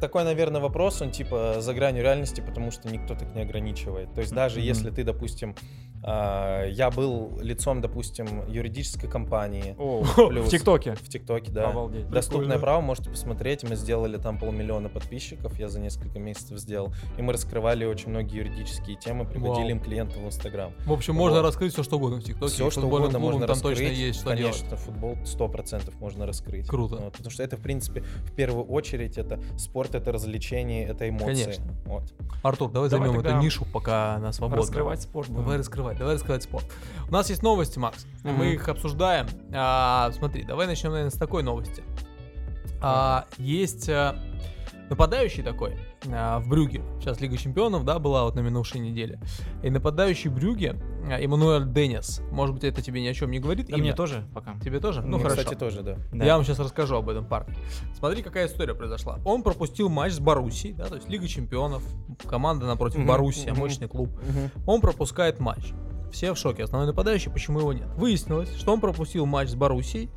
[SPEAKER 3] такой, наверное, вопрос, он типа за гранью реальности, потому что никто так не ограничивает. То есть даже
[SPEAKER 1] Мгм.
[SPEAKER 3] если ты, допустим, а, я был лицом, допустим, юридической компании
[SPEAKER 1] О, в [laughs]
[SPEAKER 3] плюс.
[SPEAKER 1] ТикТоке.
[SPEAKER 3] в ТикТоке, да.
[SPEAKER 1] Обалдеть.
[SPEAKER 3] Доступное
[SPEAKER 2] Прикольно.
[SPEAKER 3] право, можете посмотреть. Мы сделали там полмиллиона подписчиков, я за несколько месяцев сделал. И мы раскрывали очень многие юридические темы, приводили
[SPEAKER 2] Вау.
[SPEAKER 3] им клиентов в Инстаграм.
[SPEAKER 2] В общем, можно
[SPEAKER 3] Вот.
[SPEAKER 2] раскрыть все, что угодно в ТикТоке.
[SPEAKER 3] Все,
[SPEAKER 2] и
[SPEAKER 3] что
[SPEAKER 2] футбольным
[SPEAKER 3] угодно
[SPEAKER 2] клубам
[SPEAKER 3] можно
[SPEAKER 2] там
[SPEAKER 3] раскрыть.
[SPEAKER 2] точно есть что
[SPEAKER 3] Конечно,
[SPEAKER 2] делать.
[SPEAKER 3] футбол 100% можно раскрыть.
[SPEAKER 2] Круто.
[SPEAKER 3] Вот, потому что это, в принципе, в первую очередь, это спорт, это развлечение, это эмоции.
[SPEAKER 2] Конечно.
[SPEAKER 3] Вот.
[SPEAKER 2] Артур, давай,
[SPEAKER 1] Давай
[SPEAKER 2] займем эту
[SPEAKER 1] тогда
[SPEAKER 2] нишу, пока она свободна.
[SPEAKER 1] Раскрывать спорт. будем.
[SPEAKER 2] Давай раскрывать, давай раскрывать спорт. У нас есть новости, Макс.
[SPEAKER 1] Мгм.
[SPEAKER 2] Мы их обсуждаем. А, смотри, давай начнем, наверное, с такой новости. А, есть а, нападающий такой а, в Брюге. Сейчас Лига Чемпионов, да, была вот на минувшей неделе. И нападающий Брюге а, Эммануэль Деннис. Может быть, это тебе ни о чем не говорит?
[SPEAKER 1] Да
[SPEAKER 2] имя?
[SPEAKER 1] мне тоже пока.
[SPEAKER 2] Тебе тоже?
[SPEAKER 1] Ну,
[SPEAKER 3] Мне,
[SPEAKER 1] хорошо.
[SPEAKER 3] Кстати, тоже, да.
[SPEAKER 1] Да.
[SPEAKER 2] Я вам сейчас расскажу об этом парке. Смотри, какая история произошла. Он пропустил матч с Боруссией, да, то есть Лига Чемпионов, команда напротив
[SPEAKER 3] Мгм,
[SPEAKER 2] Боруссия,
[SPEAKER 3] мгм.
[SPEAKER 2] мощный клуб. Он пропускает матч. Все в шоке. Основной нападающий, почему его нет? Выяснилось, что он пропустил матч с Боруссией,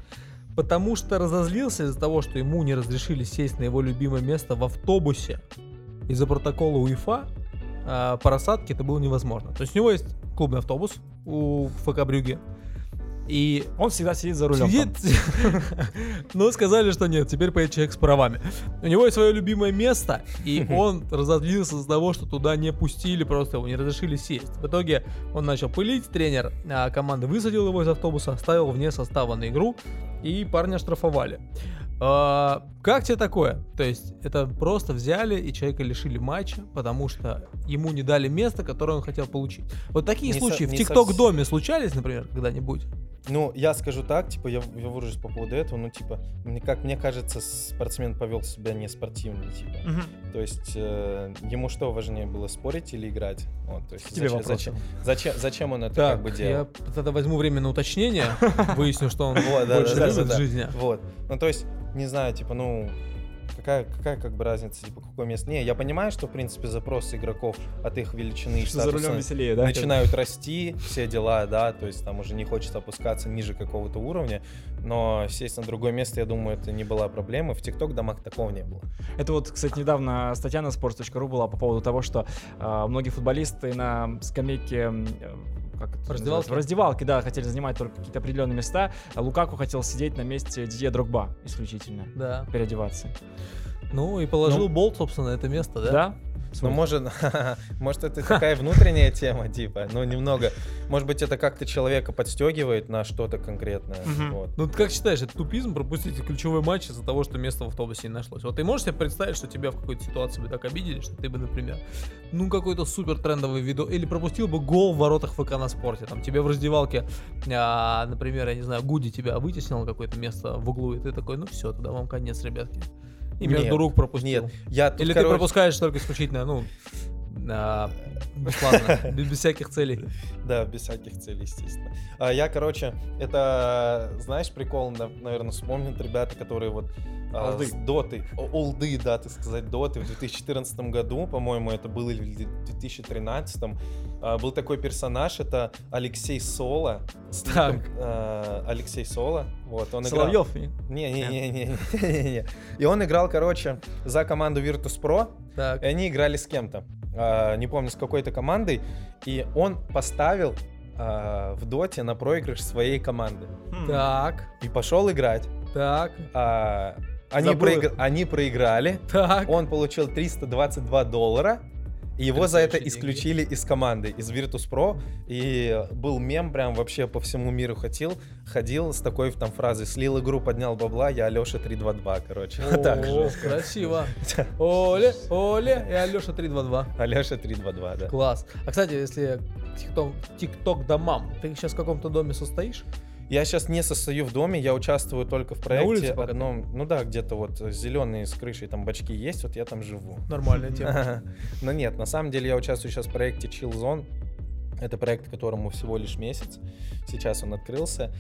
[SPEAKER 2] потому что разозлился из-за того, что ему не разрешили сесть на его любимое место в автобусе. Из-за протокола УЕФА а, по рассадке это было невозможно. То есть у него есть клубный автобус у ФК Брюге. И
[SPEAKER 1] Он всегда сидит за рулем.
[SPEAKER 2] Сидит. [laughs] Но сказали, что нет, теперь поедет человек с правами. У него есть свое любимое место,
[SPEAKER 3] [laughs]
[SPEAKER 2] и он разозлился из-за того, что туда не пустили, просто его не разрешили сесть. В итоге он начал пылить, тренер а, команды высадил его из автобуса, оставил вне состава на игру, и парня штрафовали. А, Как тебе такое? То есть это просто взяли и человека лишили матча, потому что ему не дали место, которое он хотел получить. Вот такие
[SPEAKER 3] Не со-
[SPEAKER 2] случаи в
[SPEAKER 3] не
[SPEAKER 2] ТикТок-доме случались, например, когда-нибудь?
[SPEAKER 3] Ну, я скажу так, типа, я, я выражусь по поводу этого, ну, типа, мне, как мне кажется, спортсмен повел себя не спортивно, типа.
[SPEAKER 1] Мгм.
[SPEAKER 3] То есть э, ему что важнее было спорить или играть? Вот, то есть
[SPEAKER 1] Тебе
[SPEAKER 3] зачем,
[SPEAKER 1] вопрос.
[SPEAKER 3] зачем, зачем, зачем он это как бы
[SPEAKER 2] я
[SPEAKER 3] делал?
[SPEAKER 2] тогда возьму время на
[SPEAKER 3] [laughs]
[SPEAKER 2] уточнение, выясню, что он
[SPEAKER 3] Вот, да,
[SPEAKER 2] больше
[SPEAKER 3] да, да,
[SPEAKER 2] любит в
[SPEAKER 3] да.
[SPEAKER 2] жизни.
[SPEAKER 3] Вот. Ну то есть не знаю, типа, ну какая какая как бы разница, типа какое место? Не, я понимаю, что в принципе запросы игроков от их величины и
[SPEAKER 1] Что за рулем
[SPEAKER 3] статуса
[SPEAKER 1] веселее, да?
[SPEAKER 3] начинают расти, все дела, да, то есть там уже не хочется опускаться ниже какого-то уровня, но сесть на другое место, я думаю, это не была проблема. В ТикТок домах такого не было.
[SPEAKER 1] Это вот, кстати, недавно статья на sports.ru была по поводу того, что а, многие футболисты на скамейке м, э, как это
[SPEAKER 2] В раздевалке?
[SPEAKER 1] называется? в раздевалке, да, хотели занимать только какие-то определенные места. А Лукаку хотел сидеть на месте Дидье Дрогба исключительно,
[SPEAKER 2] Да.
[SPEAKER 1] переодеваться.
[SPEAKER 2] Ну и положил болт, собственно, на это место, да?
[SPEAKER 1] Да?
[SPEAKER 3] Ну,
[SPEAKER 1] Смотри.
[SPEAKER 3] может, [laughs] может, это такая внутренняя тема, типа, ну, немного. Может быть, это как-то человека подстегивает на что-то конкретное.
[SPEAKER 1] Мгм.
[SPEAKER 3] вот.
[SPEAKER 2] Ну, ты как считаешь, это тупизм пропустить ключевой матч из-за того, что места в автобусе не нашлось? Вот ты можешь себе представить, что тебя в какой-то ситуации бы так обидели, что ты бы, например, ну, какой-то супер трендовый видео, или пропустил бы гол в воротах ВК на спорте, там, тебе в раздевалке, а, например, я не знаю, Гуди тебя вытеснил какое-то место в углу, и ты такой, ну все, тогда вам конец, ребятки. И
[SPEAKER 3] Нет,
[SPEAKER 2] между рук пропустил.
[SPEAKER 3] Нет, я тут,
[SPEAKER 2] Или ты
[SPEAKER 3] короче,
[SPEAKER 2] пропускаешь только исключительно, ну, а,
[SPEAKER 3] [laughs]
[SPEAKER 2] бесплатно, без без всяких целей.
[SPEAKER 3] Да, без всяких целей, естественно. А я, короче, это, знаешь, прикол, наверное, вспомнят ребята, которые вот а,
[SPEAKER 1] Олды.
[SPEAKER 3] с доты, о- олды, да, так сказать, доты в 2014 году, по-моему, это было или в 2013, а, был такой персонаж, это Алексей Соло, с
[SPEAKER 2] Так.
[SPEAKER 3] ником, а, Алексей Соло, вот, он играл...
[SPEAKER 2] Соловьев.
[SPEAKER 3] Не-не-не-не-не-не. И он играл, короче, за команду Virtus.pro.
[SPEAKER 2] Так.
[SPEAKER 3] И они играли с кем-то. а, не помню, с какой-то командой. И он поставил а, в доте на проигрыш своей команды.
[SPEAKER 1] Хм.
[SPEAKER 2] Так,
[SPEAKER 3] И пошел играть.
[SPEAKER 2] так,
[SPEAKER 3] а, они,
[SPEAKER 1] Забыл
[SPEAKER 3] проигра- они проиграли.
[SPEAKER 2] так.
[SPEAKER 3] Он получил 322 доллара. И его за это
[SPEAKER 2] Потрясающие
[SPEAKER 3] исключили из команды, из Virtus Pro. И был мем, прям вообще по всему миру хотел, ходил с такой там фразой «Слил игру, поднял бабла, я Алеша 322», короче.
[SPEAKER 2] О,
[SPEAKER 3] [laughs] Так,
[SPEAKER 1] жестко.
[SPEAKER 2] красиво. Оле, Оле и Алеша 322.
[SPEAKER 3] Алеша 322, да.
[SPEAKER 2] Класс. А кстати, если тикток, тикток домам, ты сейчас в каком-то доме состоишь?
[SPEAKER 3] Я сейчас не состою в доме, я участвую только в проекте
[SPEAKER 2] улице пока
[SPEAKER 3] одном. Ну да, где-то вот зеленые с крышей там бачки есть, вот я там живу.
[SPEAKER 2] Нормальная тема.
[SPEAKER 3] [laughs] Но Ну нет, на самом деле я участвую сейчас в проекте Chill Zone. Это проект, которому всего лишь месяц. Сейчас он открылся.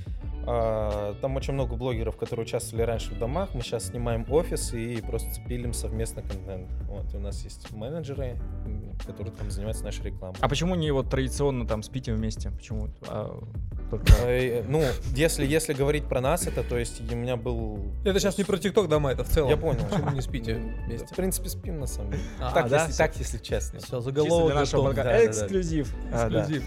[SPEAKER 3] А, Там очень много блогеров, которые участвовали раньше в домах. Мы сейчас снимаем офис и просто пилим совместно контент. Вот, и у нас есть менеджеры, м, которые там занимаются нашей рекламой.
[SPEAKER 1] А почему не вот традиционно там спите вместе? Почему? а,
[SPEAKER 3] [laughs]
[SPEAKER 1] только...
[SPEAKER 3] Э, Ну, если, если говорить про нас, это, то есть, у меня был...
[SPEAKER 2] Это сейчас не про тикток дома, это в целом.
[SPEAKER 3] Я понял.
[SPEAKER 2] Почему не спите
[SPEAKER 3] В
[SPEAKER 2] вместе?
[SPEAKER 3] принципе, спим, на самом деле.
[SPEAKER 2] А,
[SPEAKER 3] так,
[SPEAKER 1] да?
[SPEAKER 3] если, так, если честно.
[SPEAKER 2] Все,
[SPEAKER 1] Чисто
[SPEAKER 2] заголовок
[SPEAKER 1] для нашего
[SPEAKER 2] готов.
[SPEAKER 1] подка-
[SPEAKER 3] Да, да, да.
[SPEAKER 1] Эксклюзив.
[SPEAKER 3] А, да.
[SPEAKER 2] Эксклюзив.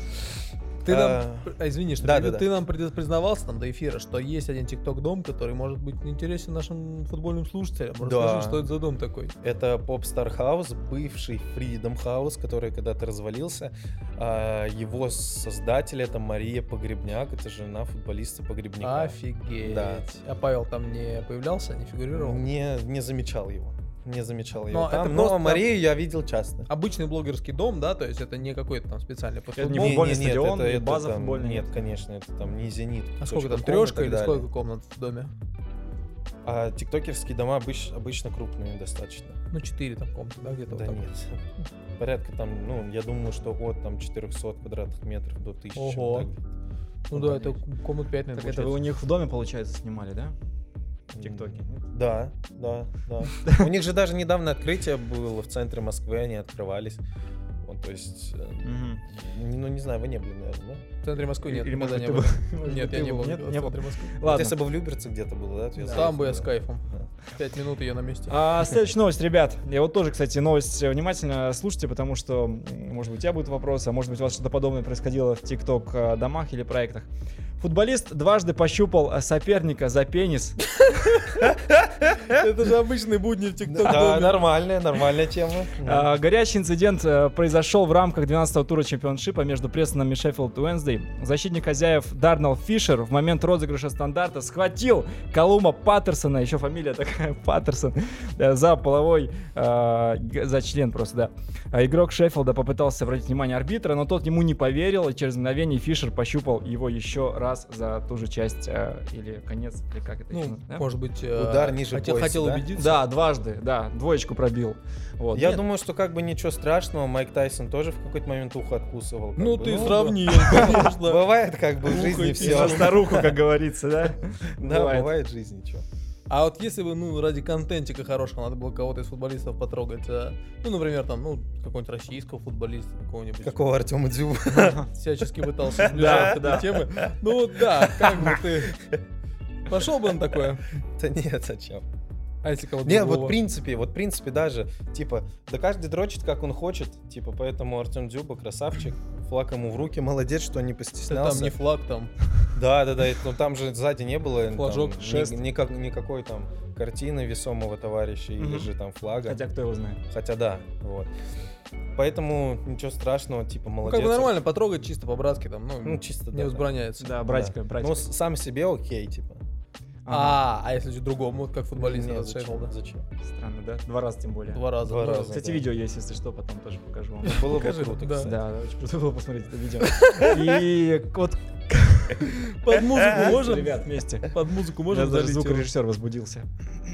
[SPEAKER 2] Ты нам,
[SPEAKER 3] А,
[SPEAKER 2] а, извини, что
[SPEAKER 3] да,
[SPEAKER 2] перебью,
[SPEAKER 3] да, да.
[SPEAKER 2] ты нам пред- признавался там до эфира, что есть один тикток дом, который может быть интересен нашим футбольным слушателям. Расскажи,
[SPEAKER 3] Да.
[SPEAKER 2] что это за дом такой.
[SPEAKER 3] Это Popstar House, бывший Freedom House, который когда-то развалился. А, Его создатель это Мария Погребняк, это жена футболиста Погребняка.
[SPEAKER 2] Офигеть.
[SPEAKER 3] Да.
[SPEAKER 2] А Павел там не появлялся, не фигурировал?
[SPEAKER 3] Не, не замечал его. Не замечал его
[SPEAKER 2] Но это
[SPEAKER 3] там,
[SPEAKER 2] просто-
[SPEAKER 3] но Марию я видел часто.
[SPEAKER 2] Обычный блогерский дом, да, то есть это не какой-то там специальный под
[SPEAKER 1] Это не
[SPEAKER 2] футбол.
[SPEAKER 1] футбольный стадион, не база
[SPEAKER 3] там-
[SPEAKER 1] футбольная.
[SPEAKER 3] Нет, конечно, это там не Зенит.
[SPEAKER 2] А сколько там,
[SPEAKER 3] точка ком и
[SPEAKER 2] трешка
[SPEAKER 3] так
[SPEAKER 2] или
[SPEAKER 3] далее.
[SPEAKER 2] сколько комнат в доме?
[SPEAKER 3] А тиктокерские дома обыч- обычно крупные достаточно.
[SPEAKER 2] Ну, четыре там комнаты, да, где-то
[SPEAKER 3] Да
[SPEAKER 2] вот так.
[SPEAKER 3] нет. Порядка там, ну, я думаю, что от там 400 квадратных метров до 1000. вот
[SPEAKER 2] Ого.
[SPEAKER 3] так где-то.
[SPEAKER 2] Ну да, это комнат пять, наверное,
[SPEAKER 1] Так это вы у них в доме, получается, снимали, да? В
[SPEAKER 3] М,
[SPEAKER 1] ТикТоке.
[SPEAKER 3] Да, да, да. У них же даже недавно открытие было в центре Москвы, они открывались. Вот, то есть, э,
[SPEAKER 1] Мгм.
[SPEAKER 3] не- ну не знаю, вы не были, наверное, да?
[SPEAKER 2] В центре Москвы нет.
[SPEAKER 1] Или, может
[SPEAKER 2] никогда
[SPEAKER 1] быть, ты
[SPEAKER 2] не
[SPEAKER 1] был?
[SPEAKER 2] был.
[SPEAKER 1] Может
[SPEAKER 2] Нет,
[SPEAKER 1] быть,
[SPEAKER 2] я
[SPEAKER 1] ты
[SPEAKER 2] не
[SPEAKER 1] был.
[SPEAKER 2] был.
[SPEAKER 1] Нет,
[SPEAKER 2] в
[SPEAKER 1] не был.
[SPEAKER 2] центре Москвы.
[SPEAKER 3] Вот
[SPEAKER 1] Ладно.
[SPEAKER 3] если бы в Люберце где-то было, да? то
[SPEAKER 1] Да.
[SPEAKER 3] я заехал
[SPEAKER 2] Там бы я
[SPEAKER 3] бы.
[SPEAKER 2] с кайфом.
[SPEAKER 3] Да.
[SPEAKER 2] Пять минут ее на месте.
[SPEAKER 1] А, следующая новость, ребят. Я вот тоже, кстати, новость э, внимательно слушайте, потому что, м, может быть, у тебя будет вопрос, а может быть, у вас что-то подобное происходило в ТикТок э, домах или проектах. Футболист дважды пощупал э, соперника за пенис.
[SPEAKER 3] [laughs]
[SPEAKER 2] Это же обычные будни в
[SPEAKER 3] Да, нормальная, нормальная тема. Да.
[SPEAKER 1] А, Горячий инцидент э, произошел в рамках 12-го тура чемпионшипа между Престоном и Шеффилд Уэнсдей. Защитник хозяев Дарнелл Фишер в момент розыгрыша стандарта схватил Колума Паттерсона, еще фамилия такая, [laughs] Паттерсон, э, за половой, э, г- за член просто, да. А Игрок Шеффилда попытался обратить внимание арбитра, но тот ему не поверил, и через мгновение Фишер пощупал его еще раз за ту же часть, э, или конец, или как это? еще
[SPEAKER 2] Ну,
[SPEAKER 1] наз- да?
[SPEAKER 2] может быть, э,
[SPEAKER 3] Удар ниже
[SPEAKER 2] хотел-
[SPEAKER 3] пояса,
[SPEAKER 2] Хотел
[SPEAKER 3] да?
[SPEAKER 2] убедиться.
[SPEAKER 1] Да, дважды, да, двоечку пробил. Вот.
[SPEAKER 3] Я
[SPEAKER 1] Нет,
[SPEAKER 3] думаю, что как бы ничего страшного, Майк Тайсон тоже в какой-то момент ухо откусывал. как
[SPEAKER 2] Ну
[SPEAKER 3] бы.
[SPEAKER 2] ты
[SPEAKER 3] б-
[SPEAKER 2] сравнил, [laughs] конечно.
[SPEAKER 3] Бывает как бы в
[SPEAKER 2] Ухо
[SPEAKER 3] жизни
[SPEAKER 2] и
[SPEAKER 3] [laughs] все.
[SPEAKER 1] старуху, как говорится, да?
[SPEAKER 3] Да,
[SPEAKER 1] бывает.
[SPEAKER 3] бывает в жизни что.
[SPEAKER 2] А вот если бы, ну, ради контентика хорошего надо было кого-то из футболистов потрогать, а, ну, например, там, ну, какого-нибудь российского футболиста, какого-нибудь,
[SPEAKER 3] Какого Артема Дзюба? [laughs]
[SPEAKER 2] всячески пытался сближаться
[SPEAKER 1] да.
[SPEAKER 2] этой темы. Ну, вот да, как бы ты...
[SPEAKER 3] [laughs]
[SPEAKER 2] Пошел бы он такое.
[SPEAKER 3] Да нет, зачем?
[SPEAKER 2] А если кого-то
[SPEAKER 3] Не, вот в
[SPEAKER 2] другого?
[SPEAKER 3] принципе, вот в принципе даже, типа, да каждый дрочит, как он хочет, типа, поэтому Артем Дзюба красавчик, флаг ему в руки, молодец, что не
[SPEAKER 2] Да
[SPEAKER 3] постеснялся.
[SPEAKER 2] Там не флаг, там
[SPEAKER 3] Да, да, да, это- ну, там же сзади не было там,
[SPEAKER 2] Флажок,
[SPEAKER 3] ни-
[SPEAKER 2] шест.
[SPEAKER 3] никак- никакой там картины весомого товарища или
[SPEAKER 1] Мгм.
[SPEAKER 3] же там флага.
[SPEAKER 1] Хотя кто его знает.
[SPEAKER 3] Хотя да, вот. Поэтому ничего страшного, типа,
[SPEAKER 2] Ну,
[SPEAKER 3] молодец.
[SPEAKER 2] как бы нормально потрогать чисто по-братски, там,
[SPEAKER 3] Ну,
[SPEAKER 2] ну,
[SPEAKER 3] чисто, да,
[SPEAKER 2] не
[SPEAKER 3] да.
[SPEAKER 2] возбраняется.
[SPEAKER 1] Да, братька,
[SPEAKER 3] Да.
[SPEAKER 1] братька.
[SPEAKER 3] Ну, с- сам себе окей, типа.
[SPEAKER 1] Ага.
[SPEAKER 2] А, а если же другому, вот как футболист
[SPEAKER 3] Не,
[SPEAKER 2] этот Шеффилд,
[SPEAKER 3] зачем?
[SPEAKER 2] да?
[SPEAKER 3] зачем?
[SPEAKER 1] Странно, да? Два раза тем более.
[SPEAKER 2] Два раза.
[SPEAKER 3] а- Два
[SPEAKER 2] ну,
[SPEAKER 3] раза.
[SPEAKER 1] Кстати,
[SPEAKER 3] да.
[SPEAKER 1] видео есть, если что, потом тоже покажу
[SPEAKER 3] [laughs]
[SPEAKER 1] вам.
[SPEAKER 3] Было бы
[SPEAKER 2] Покажи,
[SPEAKER 3] круто,
[SPEAKER 2] да.
[SPEAKER 3] кстати.
[SPEAKER 1] Да, очень круто было посмотреть это
[SPEAKER 3] [laughs]
[SPEAKER 1] видео. И вот,
[SPEAKER 2] Под
[SPEAKER 3] [laughs]
[SPEAKER 2] музыку можем?
[SPEAKER 1] ребят, вместе.
[SPEAKER 2] Под музыку
[SPEAKER 1] Даже
[SPEAKER 2] можем
[SPEAKER 1] даже
[SPEAKER 2] залить его?
[SPEAKER 1] звукорежиссер возбудился. [clears throat]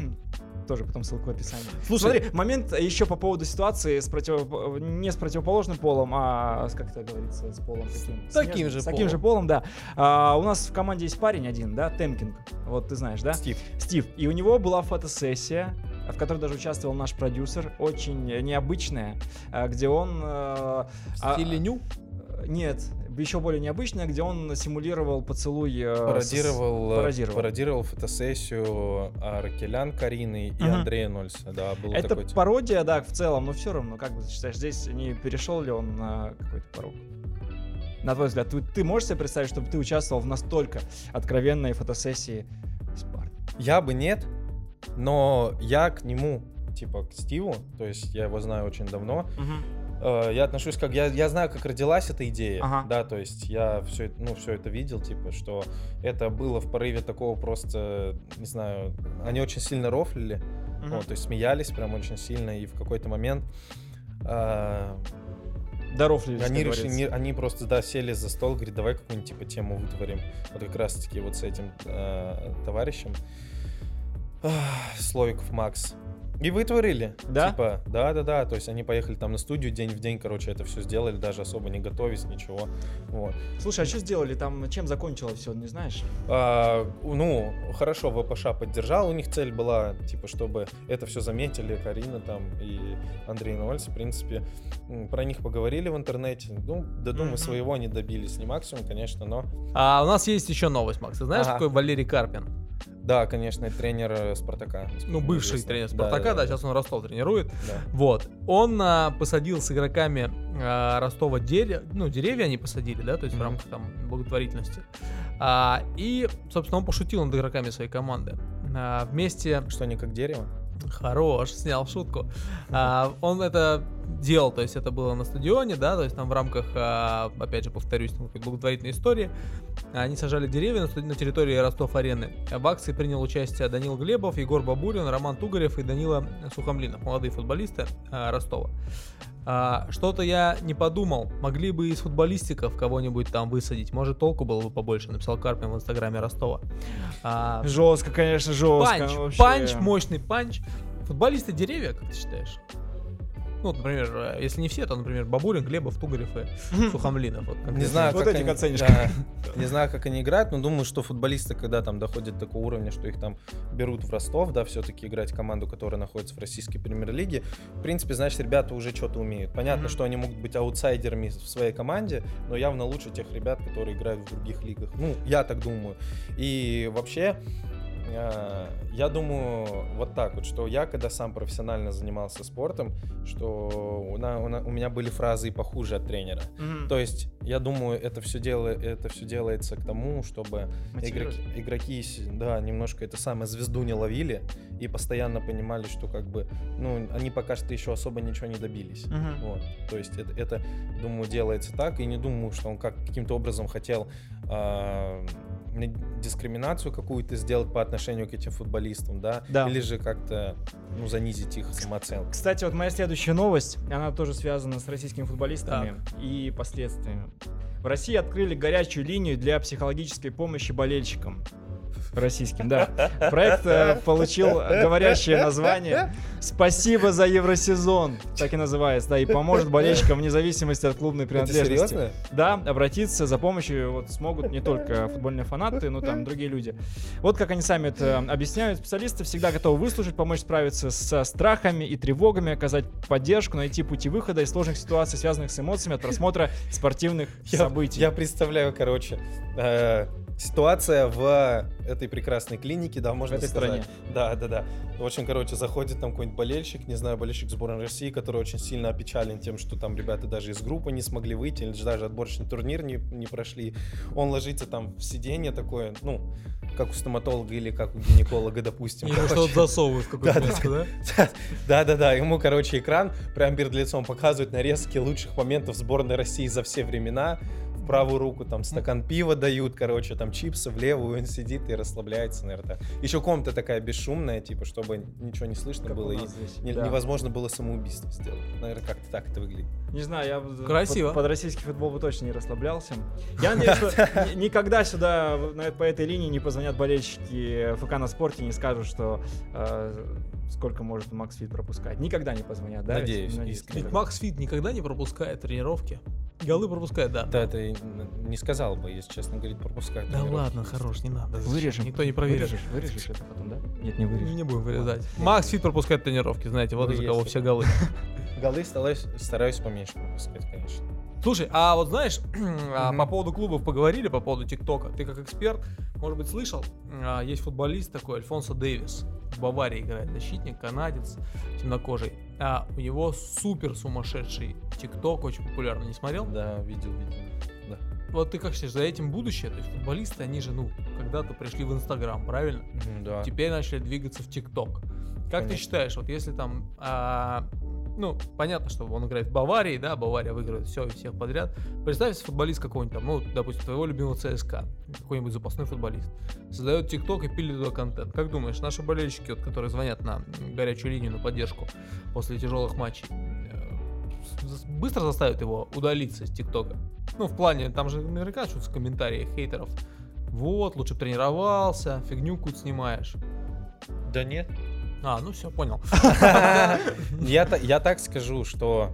[SPEAKER 1] Тоже потом ссылку в описании.
[SPEAKER 2] Слушай.
[SPEAKER 1] Смотри, момент еще по поводу ситуации с против... не с противоположным полом, а с, как это говорится, с полом каким?
[SPEAKER 2] С таким
[SPEAKER 1] Смежным?
[SPEAKER 2] же
[SPEAKER 1] С таким
[SPEAKER 2] полом.
[SPEAKER 1] же полом, да. А, у нас в команде есть парень один, да, Темкинг. Вот ты знаешь, да?
[SPEAKER 3] Стив,
[SPEAKER 1] Стив. И у него была фотосессия, в которой даже участвовал наш продюсер, очень необычная, а, где он... э,
[SPEAKER 2] В стиле ню?
[SPEAKER 1] а, Нет, еще более необычная, где он симулировал поцелуй... э, с-
[SPEAKER 3] пародировал, э,
[SPEAKER 1] пародировал.
[SPEAKER 3] пародировал фотосессию Аркелян Карины и
[SPEAKER 1] Мгм.
[SPEAKER 3] Андрея Нольса. Да, был
[SPEAKER 1] Это
[SPEAKER 3] такой типа, тип.
[SPEAKER 1] пародия, да, в целом, но все равно, как бы ты считаешь, здесь не перешел ли он на какой-то порог? На твой взгляд, ты, ты можешь себе представить, чтобы ты участвовал в настолько откровенной фотосессии с парнем?
[SPEAKER 3] Я бы нет, но я к нему, типа к Стиву, то есть я его знаю очень давно, Э, Я отношусь как я, я знаю, как родилась эта идея,
[SPEAKER 1] Ага.
[SPEAKER 3] да, то есть я все, ну все это видел, типа, что это было в порыве такого просто, не знаю, они очень сильно рофлили,
[SPEAKER 1] Мгм.
[SPEAKER 3] вот, то есть смеялись прям очень сильно и в какой-то момент э,
[SPEAKER 1] Здоров ли,
[SPEAKER 3] они
[SPEAKER 1] как
[SPEAKER 3] решили,
[SPEAKER 1] говорится.
[SPEAKER 3] не- они просто да сели за стол, говорит, давай какую-нибудь типа тему вытворим, вот как раз таки вот с этим э, товарищем Ах, Слоиков Макс. И вытворили.
[SPEAKER 1] Да?
[SPEAKER 3] Типа, да, да, да. То есть они поехали там на студию день в день, короче, это все сделали, даже особо не готовясь, ничего. Вот.
[SPEAKER 1] Слушай, а что сделали там? Чем закончилось все, не знаешь?
[SPEAKER 3] А, ну, хорошо, ВПШ поддержал. У них цель была, типа, чтобы это все заметили Карина там и Андрей Нольц, в принципе. М, Про них поговорили в интернете. Ну, да думаю,
[SPEAKER 1] Мгм.
[SPEAKER 3] своего не добились. Не максимум, конечно, но...
[SPEAKER 2] А у нас есть еще новость, Макс. Ты знаешь,
[SPEAKER 3] Ага.
[SPEAKER 2] какой Валерий Карпин?
[SPEAKER 3] Да, конечно, и тренер э, Спартака. насколько
[SPEAKER 2] Ну,
[SPEAKER 3] мне
[SPEAKER 2] бывший
[SPEAKER 3] известно.
[SPEAKER 2] тренер Спартака, да,
[SPEAKER 3] Да-да-да.
[SPEAKER 2] сейчас он Ростов тренирует.
[SPEAKER 3] Да.
[SPEAKER 2] Вот. Он а, посадил с игроками а, Ростова деревья, ну, деревья они посадили, да, то есть в
[SPEAKER 3] Мгм.
[SPEAKER 2] рамках там благотворительности. А, и, собственно, он пошутил над игроками своей команды. А, вместе
[SPEAKER 3] Что, не как дерево?
[SPEAKER 2] Хорош, снял шутку. А, он это делал, то есть это было на стадионе, да, то есть там в рамках, а, опять же, повторюсь, там какой-то благотворительной истории. Они сажали деревья на, стад- на территории Ростов-арены. В акции принял участие Данил Глебов, Егор Бабурин, Роман Тугарев и Данила Сухомлинов, молодые футболисты а, Ростова. А, что-то я не подумал, могли бы из футболистиков кого-нибудь там высадить, может толку было бы побольше, написал Карпин в инстаграме Ростова. А,
[SPEAKER 1] Жестко, конечно, жестко.
[SPEAKER 2] Панч,
[SPEAKER 1] вообще.
[SPEAKER 2] панч, мощный панч. Футболисты деревья, как ты считаешь? Ну, вот, например, э, если не все, то, например, Бабурин, Глебов, Тугарев и Сухомлинов. вот конкретно.
[SPEAKER 3] Не знаю,
[SPEAKER 1] Вот
[SPEAKER 3] как
[SPEAKER 1] этих
[SPEAKER 3] они,
[SPEAKER 1] оценишь.
[SPEAKER 3] да. не знаю, как они играют, но думаю, что футболисты, когда там доходят до такого уровня, что их там берут в Ростов, да, все-таки играть в команду, которая находится в российской премьер-лиге, в принципе, значит, ребята уже что-то умеют. Понятно,
[SPEAKER 1] Мгм.
[SPEAKER 3] что они могут быть аутсайдерами в своей команде, но явно лучше тех ребят, которые играют в других лигах. Ну, я так думаю. И вообще, э, я думаю вот так вот, что я, когда сам профессионально занимался спортом, что у на- у на- у меня были фразы и похуже от тренера.
[SPEAKER 1] Мгм.
[SPEAKER 3] То есть, я думаю, это все, дело, это все делается к тому, чтобы
[SPEAKER 1] Мотивирует.
[SPEAKER 3] игроки, игроки, с- да, немножко это самое звезду не ловили и постоянно понимали, что как бы, ну, они пока что еще особо ничего не добились.
[SPEAKER 1] Мгм.
[SPEAKER 3] Вот. То есть это, это, думаю, делается так, и не думаю, что он как, каким-то образом хотел а, н- дискриминацию какую-то сделать по отношению к этим футболистам, да,
[SPEAKER 1] Да.
[SPEAKER 3] или же как-то, ну, занизить их самооценку.
[SPEAKER 1] Э, Кстати, вот моя следующая новость, она тоже связана с российскими футболистами и последствиями. В России открыли горячую линию для психологической помощи болельщикам. Российским, да. Проект э, получил говорящее название «Спасибо за Евросезон». Так и называется, да, и поможет болельщикам вне зависимости от клубной
[SPEAKER 3] Это
[SPEAKER 1] принадлежности.
[SPEAKER 3] серьезно?
[SPEAKER 1] Да, обратиться за помощью вот смогут не только футбольные фанаты, но там другие люди. Вот как они сами это объясняют. Специалисты всегда готовы выслушать, помочь справиться со страхами и тревогами, оказать поддержку, найти пути выхода из сложных ситуаций, связанных с эмоциями от просмотра спортивных
[SPEAKER 3] Я-
[SPEAKER 1] событий.
[SPEAKER 3] Я представляю, короче, э, ситуация в этой прекрасной клинике, да, можно
[SPEAKER 1] В этой
[SPEAKER 3] сказать.
[SPEAKER 1] стране.
[SPEAKER 3] Да, да, да. В общем, короче, заходит там какой-нибудь болельщик, не знаю, болельщик сборной России, который очень сильно опечален тем, что там ребята даже из группы не смогли выйти, или же даже отборочный турнир не, не прошли. Он ложится там в сиденье такое, ну, как у стоматолога или как у гинеколога, допустим.
[SPEAKER 2] Ему
[SPEAKER 3] короче.
[SPEAKER 2] что-то засовывают в какое-то
[SPEAKER 3] Да,
[SPEAKER 2] место, да?
[SPEAKER 3] [laughs] Да-да-да, ему, короче, экран прям перед лицом показывает нарезки лучших моментов сборной России за все времена. В правую руку там стакан пива дают, короче, там чипсы, в левую он сидит и расслабляется, наверное. так. Еще комната такая бесшумная, типа, чтобы ничего не слышно
[SPEAKER 1] Как у
[SPEAKER 3] было и
[SPEAKER 1] нас здесь.
[SPEAKER 3] не-
[SPEAKER 1] Да.
[SPEAKER 3] невозможно было самоубийство сделать. Наверное, как-то так это выглядит.
[SPEAKER 1] Не знаю, я бы
[SPEAKER 2] Красиво.
[SPEAKER 1] Под, под российский футбол бы точно не расслаблялся. Я надеюсь, что ни- никогда сюда в- на- по этой линии не позвонят болельщики ФК на спорте и не скажут, что э, сколько может Макс Фит пропускать. Никогда не позвонят, да? ведь?
[SPEAKER 3] Надеюсь, искренне.
[SPEAKER 2] Ведь Макс Фит никогда не пропускает тренировки. Голы пропускает, да.
[SPEAKER 3] Да, это и не сказал бы, если честно говорить, пропускать.
[SPEAKER 2] Да
[SPEAKER 3] тренировки.
[SPEAKER 2] ладно, хорош, не надо. зачем?
[SPEAKER 1] Вырежем.
[SPEAKER 2] Никто не проверит.
[SPEAKER 1] Вырежешь, вырежешь это потом, да? Нет, не вырежешь.
[SPEAKER 2] Не будем вырезать. Макс Фит пропускает тренировки, знаете, вот
[SPEAKER 3] Ну,
[SPEAKER 2] из-за кого
[SPEAKER 3] если
[SPEAKER 2] все
[SPEAKER 3] бы.
[SPEAKER 2] голы.
[SPEAKER 3] Голы стараюсь, стараюсь поменьше пропускать, конечно.
[SPEAKER 2] Слушай, а вот знаешь, [clears throat] а,
[SPEAKER 3] Мгм.
[SPEAKER 2] по поводу клубов поговорили, по поводу ТикТока. Ты как эксперт, может быть, слышал, а, есть футболист такой, Альфонсо Дэвис. В Баварии играет защитник, канадец, темнокожий. А у него супер сумасшедший ТикТок, очень популярный. Не смотрел?
[SPEAKER 3] Да, видел, видел. Да.
[SPEAKER 2] вот ты как считаешь, за этим будущее? То есть футболисты, они же, ну, когда-то пришли в Инстаграм, правильно?
[SPEAKER 3] Мгм, Да.
[SPEAKER 2] Теперь начали двигаться в ТикТок. Как
[SPEAKER 3] Конечно.
[SPEAKER 2] ты считаешь, вот если там, а, ну, понятно, что он играет в Баварии, да, Бавария выигрывает все и всех подряд. Представь, если футболист какой-нибудь там, ну, допустим, твоего любимого ЦСКА, какой-нибудь запасной футболист, создает ТикТок и пилит туда контент. Как думаешь, наши болельщики, вот, которые звонят на горячую линию на поддержку после тяжелых матчей, э, с- быстро заставят его удалиться из ТикТока? Ну, в плане, там же наверняка что-то в комментариях хейтеров. Вот, лучше б тренировался, фигню какую-то снимаешь.
[SPEAKER 3] Да нет.
[SPEAKER 2] А, ну все, понял.
[SPEAKER 3] [laughs] Я, та- я так скажу, что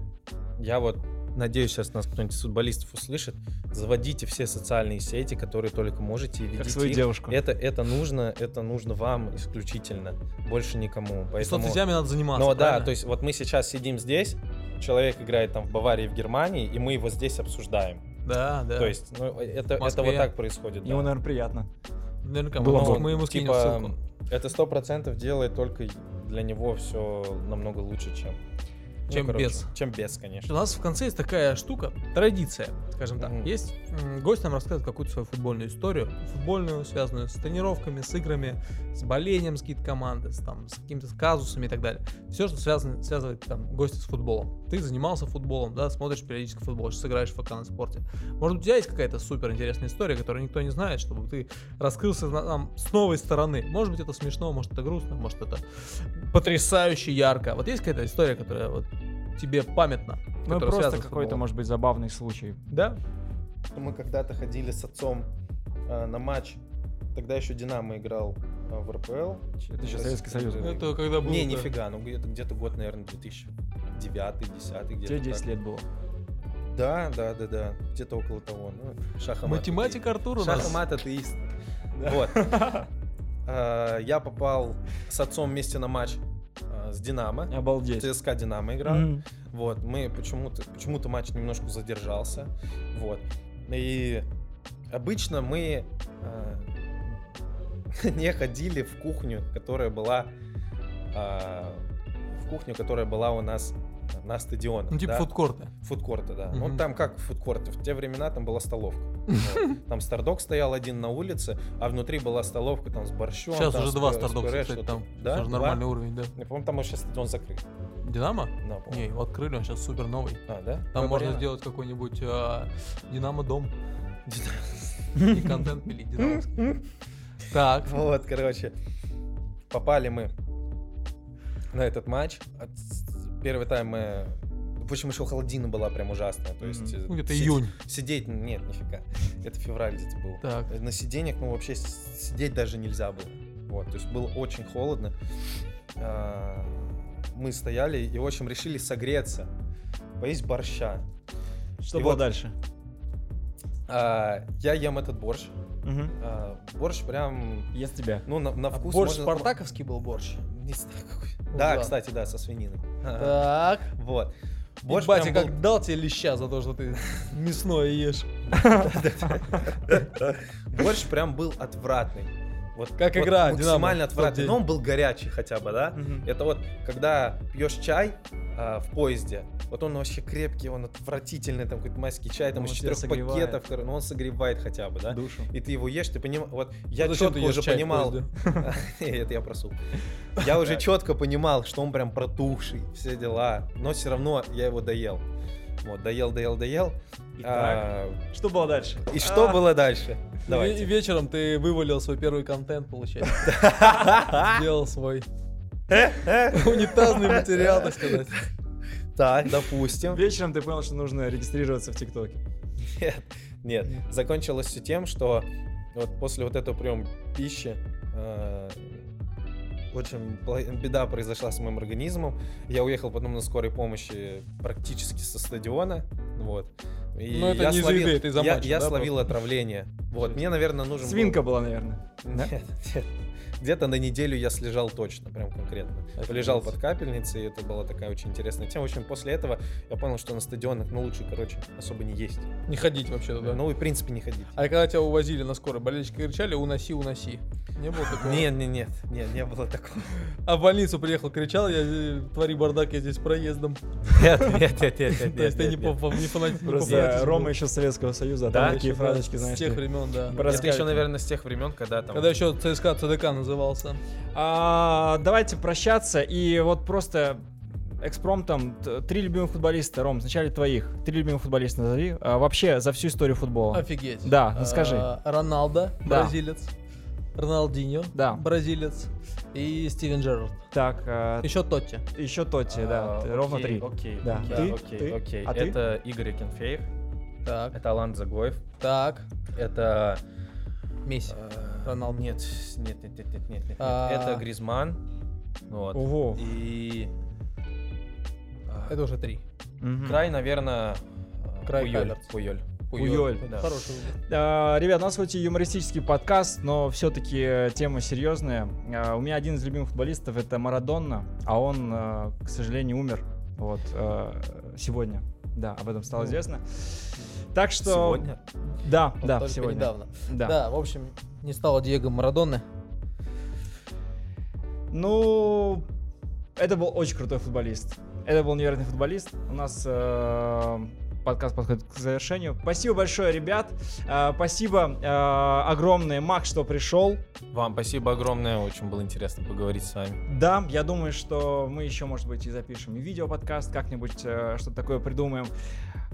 [SPEAKER 3] я вот надеюсь, сейчас нас кто-нибудь из футболистов услышит. Заводите все социальные сети, которые только можете, и
[SPEAKER 1] Как
[SPEAKER 3] ведите
[SPEAKER 1] свою
[SPEAKER 3] их.
[SPEAKER 1] девушку.
[SPEAKER 3] Это, это нужно, это нужно вам исключительно, больше никому.
[SPEAKER 2] И
[SPEAKER 3] Поэтому...
[SPEAKER 2] соцсетями надо заниматься.
[SPEAKER 3] Ну да,
[SPEAKER 2] правильно?
[SPEAKER 3] то есть вот мы сейчас сидим здесь, человек играет там в Баварии, в Германии, и мы его здесь обсуждаем.
[SPEAKER 2] Да, да.
[SPEAKER 3] То есть, ну, это, это
[SPEAKER 2] Москве.
[SPEAKER 3] вот так происходит. да.
[SPEAKER 1] Ему, наверное, приятно.
[SPEAKER 2] наверняка
[SPEAKER 1] было
[SPEAKER 2] мы,
[SPEAKER 1] бы,
[SPEAKER 2] ну, мы ему скинем
[SPEAKER 3] типа,
[SPEAKER 2] ссылку.
[SPEAKER 3] Это сто процентов делает только для него все намного лучше, чем... ну,
[SPEAKER 2] Чем
[SPEAKER 3] короче,
[SPEAKER 2] без.
[SPEAKER 3] Чем без, конечно.
[SPEAKER 2] У нас в конце есть такая штука, традиция, скажем так.
[SPEAKER 3] Мгм.
[SPEAKER 2] Есть м, гость нам рассказывает какую-то свою футбольную историю, футбольную, связанную с тренировками, с играми, с болением с какие-то команды, с, там, с какими-то казусами и так далее. Все, что связано, связывает там гостя с футболом. Ты занимался футболом, да, смотришь периодически футбол, сейчас играешь в ВК на спорте. Может, у тебя есть какая-то супер интересная история, которую никто не знает, чтобы ты раскрылся на- нам с новой стороны. Может быть, это смешно, может, это грустно, может, это потрясающе ярко. Вот есть какая-то история, которая вот тебе памятна?
[SPEAKER 1] Ну,
[SPEAKER 2] которая
[SPEAKER 1] просто
[SPEAKER 2] связана с
[SPEAKER 1] какой-то,
[SPEAKER 2] футболом?
[SPEAKER 1] может быть, забавный случай.
[SPEAKER 2] Да?
[SPEAKER 3] Мы когда-то ходили с отцом э, на матч, тогда еще Динамо играл э, в РПЛ.
[SPEAKER 1] Это еще Советский Союз. был.
[SPEAKER 3] Ну,
[SPEAKER 2] Это когда был...
[SPEAKER 3] Не,
[SPEAKER 2] да.
[SPEAKER 3] нифига, ну где-то где год, наверное, 2009-2010, где-то
[SPEAKER 1] Тебе 10
[SPEAKER 3] так.
[SPEAKER 1] лет было.
[SPEAKER 3] Да, да, да, да, где-то около того. Ну, шахмат.
[SPEAKER 2] Математик Артур у нас.
[SPEAKER 3] Шахмат атеист. Вот. [laughs] Э, Я попал с отцом вместе на матч э, с Динамо.
[SPEAKER 1] Обалдеть.
[SPEAKER 3] ЦСКА Динамо играл.
[SPEAKER 1] Мгм.
[SPEAKER 3] Вот, мы почему-то почему матч немножко задержался. Вот. И обычно мы э, [laughs] не ходили в кухню, которая была э, в кухню, которая была у нас на стадионе.
[SPEAKER 2] Ну, типа
[SPEAKER 3] да?
[SPEAKER 2] фудкорты.
[SPEAKER 3] фудкорта, да.
[SPEAKER 2] Мгм.
[SPEAKER 3] Ну, там как фудкорты, в те времена там была
[SPEAKER 2] [laughs]
[SPEAKER 3] столовка. Вот. Там стардок стоял один на улице, а внутри была столовка там с борщом.
[SPEAKER 2] Сейчас
[SPEAKER 3] там
[SPEAKER 2] уже
[SPEAKER 3] с
[SPEAKER 2] два
[SPEAKER 3] пюре- с
[SPEAKER 2] стардокса,
[SPEAKER 3] пюре,
[SPEAKER 2] кстати,
[SPEAKER 3] что-то.
[SPEAKER 2] там.
[SPEAKER 3] Да?
[SPEAKER 2] Сейчас уже
[SPEAKER 3] Два?
[SPEAKER 2] нормальный уровень, да.
[SPEAKER 3] Я помню, там сейчас стадион закрыт.
[SPEAKER 2] Динамо?
[SPEAKER 3] Да, по-моему.
[SPEAKER 2] Не, его открыли, он сейчас супер новый.
[SPEAKER 3] А,
[SPEAKER 2] [laughs]
[SPEAKER 3] да?
[SPEAKER 2] Там
[SPEAKER 3] Ну,
[SPEAKER 2] можно
[SPEAKER 3] блин.
[SPEAKER 2] сделать какой-нибудь а, Динамо дом. И контент пилить динамовский. Так.
[SPEAKER 3] [laughs] Вот, короче, попали мы на этот матч. От- Первый тайм мы... В общем, еще холодина была прям ужасная. То есть... э,
[SPEAKER 2] Ну, Где-то
[SPEAKER 3] сид-
[SPEAKER 2] июнь.
[SPEAKER 3] Сидеть... Нет, нифига. Это февраль где-то был.
[SPEAKER 2] Так.
[SPEAKER 3] На сиденьях, ну, вообще с- сидеть даже нельзя было. Вот, то есть было очень холодно. А, Мы стояли и, в общем, решили согреться, поесть борща.
[SPEAKER 1] Что
[SPEAKER 3] И
[SPEAKER 1] было
[SPEAKER 3] вот-
[SPEAKER 1] дальше?
[SPEAKER 3] А, Я ем этот борщ.
[SPEAKER 1] Мгм.
[SPEAKER 3] А, Борщ прям,
[SPEAKER 1] Ест тебя.
[SPEAKER 3] ну, на, на вкус...
[SPEAKER 2] А Борщ
[SPEAKER 3] можно-
[SPEAKER 2] спартаковский был борщ.
[SPEAKER 3] Не знаю, какой.
[SPEAKER 2] Ну
[SPEAKER 3] Да,
[SPEAKER 2] да.
[SPEAKER 3] кстати, да, со свининой. Ага.
[SPEAKER 2] Так.
[SPEAKER 3] Вот.
[SPEAKER 2] Борщ
[SPEAKER 3] Борщ
[SPEAKER 2] батя
[SPEAKER 3] прям
[SPEAKER 2] как дал тебе леща за то, что
[SPEAKER 3] [laughs]
[SPEAKER 2] ты мясное ешь.
[SPEAKER 3] был- [laughs] борщ прям был отвратный. Вот,
[SPEAKER 2] Как
[SPEAKER 3] вот
[SPEAKER 2] игра «Динамо»
[SPEAKER 3] Максимально
[SPEAKER 2] в тот
[SPEAKER 3] отвратный.
[SPEAKER 2] день.
[SPEAKER 3] Но он был горячий хотя бы, да? Это вот, когда пьешь чай а, в поезде, вот он вообще крепкий, он отвратительный, там какой-то майский чай,
[SPEAKER 1] Он
[SPEAKER 3] там из
[SPEAKER 1] тебя
[SPEAKER 3] четырех
[SPEAKER 1] согревает.
[SPEAKER 3] пакетов, кор- ну он согревает хотя бы, да?
[SPEAKER 1] Душу.
[SPEAKER 3] И ты его ешь, ты понимаешь, вот я
[SPEAKER 2] Ну, зачем
[SPEAKER 3] четко
[SPEAKER 2] ты ешь
[SPEAKER 3] уже
[SPEAKER 2] чай в
[SPEAKER 3] понимал,
[SPEAKER 2] поезде?
[SPEAKER 3] [laughs] это
[SPEAKER 2] [laughs]
[SPEAKER 3] я просул. Я уже четко понимал, что он прям протухший, все дела, но все равно я его доел. Вот, доел, доел, доел.
[SPEAKER 1] Итак.
[SPEAKER 3] А,
[SPEAKER 1] Что было дальше?
[SPEAKER 3] И что
[SPEAKER 1] [laughs]
[SPEAKER 3] было дальше?
[SPEAKER 2] А. Ну, И
[SPEAKER 3] Давайте.
[SPEAKER 2] вечером ты вывалил свой первый контент, получается.
[SPEAKER 1] А?
[SPEAKER 3] А?
[SPEAKER 2] Сделал свой [laughs] унитазный материал, так сказать.
[SPEAKER 3] Так, допустим.
[SPEAKER 1] Вечером ты понял, что нужно регистрироваться в ТикТоке.
[SPEAKER 3] Нет, закончилось все тем, что вот после вот этого приема пищи э, очень пла- беда произошла с моим организмом. Я уехал потом на скорой помощи практически со стадиона, вот. И
[SPEAKER 2] Ну, это
[SPEAKER 3] я
[SPEAKER 2] не из-за
[SPEAKER 3] словил-
[SPEAKER 2] еды, это из-за
[SPEAKER 3] я-
[SPEAKER 2] матча,
[SPEAKER 3] Я
[SPEAKER 2] да,
[SPEAKER 3] [laughs] словил отравление. Вот, мне, наверное, нужен был-
[SPEAKER 1] Свинка была, наверное.
[SPEAKER 3] Нет, нет. где-то на неделю я слежал точно, прям конкретно.
[SPEAKER 2] Офигеть.
[SPEAKER 3] Лежал под капельницей, и это была такая очень интересная тема. В общем, после этого я понял, что на стадионах, ну, лучше, короче, особо не есть.
[SPEAKER 2] Не ходить вообще туда.
[SPEAKER 3] Ну, и, в принципе, не ходить.
[SPEAKER 2] А когда тебя увозили на скорой, болельщики кричали «Уноси, уноси». Не было такого?
[SPEAKER 3] Не, не, нет, не, не было такого.
[SPEAKER 2] А в больницу приехал, кричал, я э, твори бардак, я здесь проездом.
[SPEAKER 3] [laughs] Нет, нет, нет, нет,
[SPEAKER 2] [laughs]
[SPEAKER 3] нет,
[SPEAKER 2] То есть ты
[SPEAKER 3] нет,
[SPEAKER 2] не
[SPEAKER 3] нет.
[SPEAKER 2] по- по- не фанатик.
[SPEAKER 3] Ну,
[SPEAKER 2] не
[SPEAKER 1] Просто
[SPEAKER 2] популяризм был.
[SPEAKER 1] Рома еще с Советского Союза, а
[SPEAKER 3] Да,
[SPEAKER 1] там такие
[SPEAKER 2] Ещё, да,
[SPEAKER 1] фразочки, знаешь. типа,
[SPEAKER 2] С тех
[SPEAKER 1] ты-
[SPEAKER 2] времен, да.
[SPEAKER 1] про-
[SPEAKER 3] Это
[SPEAKER 1] рассказывать.
[SPEAKER 3] еще, наверное, с тех времен, когда там...
[SPEAKER 2] Когда еще ЦСКА ЦДК назывался.
[SPEAKER 1] А, Давайте прощаться и вот просто экспромтом т- три любимых футболиста, Ром, вначале твоих. Три любимых футболиста назови. а, вообще за всю историю футбола.
[SPEAKER 2] Офигеть.
[SPEAKER 1] Да, ну скажи.
[SPEAKER 2] А, Роналдо,
[SPEAKER 1] Да.
[SPEAKER 2] бразилец. Роналдиньо,
[SPEAKER 1] Да.
[SPEAKER 2] бразилец. И Стивен Джерард.
[SPEAKER 1] Так, а,
[SPEAKER 2] Еще Тотти.
[SPEAKER 1] еще Тотти, да,
[SPEAKER 3] А,
[SPEAKER 1] т- ровно
[SPEAKER 3] окей,
[SPEAKER 1] три.
[SPEAKER 3] Окей,
[SPEAKER 1] Да.
[SPEAKER 3] окей,
[SPEAKER 1] Ты,
[SPEAKER 3] окей,
[SPEAKER 1] ты,
[SPEAKER 3] окей.
[SPEAKER 1] а ты?
[SPEAKER 3] Это Игорь Акинфеев,
[SPEAKER 2] Так,
[SPEAKER 3] это Алан Загоев,
[SPEAKER 2] так.
[SPEAKER 3] это...
[SPEAKER 2] Месси.
[SPEAKER 3] э,
[SPEAKER 2] Роналду.
[SPEAKER 3] Нет, нет, нет, нет, нет, нет, нет, нет.
[SPEAKER 2] А.
[SPEAKER 3] Это Гризман, вот,
[SPEAKER 1] Ого.
[SPEAKER 3] и... а,
[SPEAKER 2] Это уже три.
[SPEAKER 1] Мгм.
[SPEAKER 3] Край, наверное, э,
[SPEAKER 2] Край
[SPEAKER 3] Пуёль.
[SPEAKER 2] Хайверц.
[SPEAKER 3] Пуёль.
[SPEAKER 1] Пуёль,
[SPEAKER 2] Это
[SPEAKER 3] да.
[SPEAKER 2] Хороший выбор.
[SPEAKER 1] А, Ребят, у нас хоть и юмористический подкаст, но все-таки тема серьезная. А, У меня один из любимых футболистов это Марадонна, а он, а, к сожалению, умер вот а, сегодня. Да, об этом стало
[SPEAKER 2] Ну.
[SPEAKER 1] известно. Так что,
[SPEAKER 3] Сегодня?
[SPEAKER 1] да,
[SPEAKER 2] Вот
[SPEAKER 1] да,
[SPEAKER 2] только
[SPEAKER 1] сегодня.
[SPEAKER 2] недавно.
[SPEAKER 1] Да.
[SPEAKER 2] Да. в общем, не стало Диего Марадоны.
[SPEAKER 1] Ну, это был очень крутой футболист. Это был невероятный футболист. У нас э, подкаст подходит к завершению. Спасибо большое, ребят. Э, спасибо э, огромное, Мак, что пришел.
[SPEAKER 3] Вам спасибо огромное, очень было интересно поговорить с вами.
[SPEAKER 1] Да, я думаю, что мы еще, может быть, и запишем и видеоподкаст, как-нибудь э, что-то такое придумаем.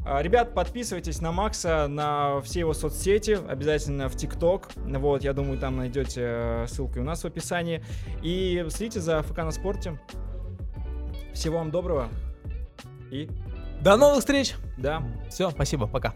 [SPEAKER 1] А, Ребят, подписывайтесь на Макса, на все его соцсети, обязательно в ТикТок. Вот, я думаю, там найдете ссылку и у нас в описании. И следите за ФК на спорте. Всего вам доброго. И
[SPEAKER 2] До новых встреч!
[SPEAKER 1] да,
[SPEAKER 2] Все, спасибо, пока.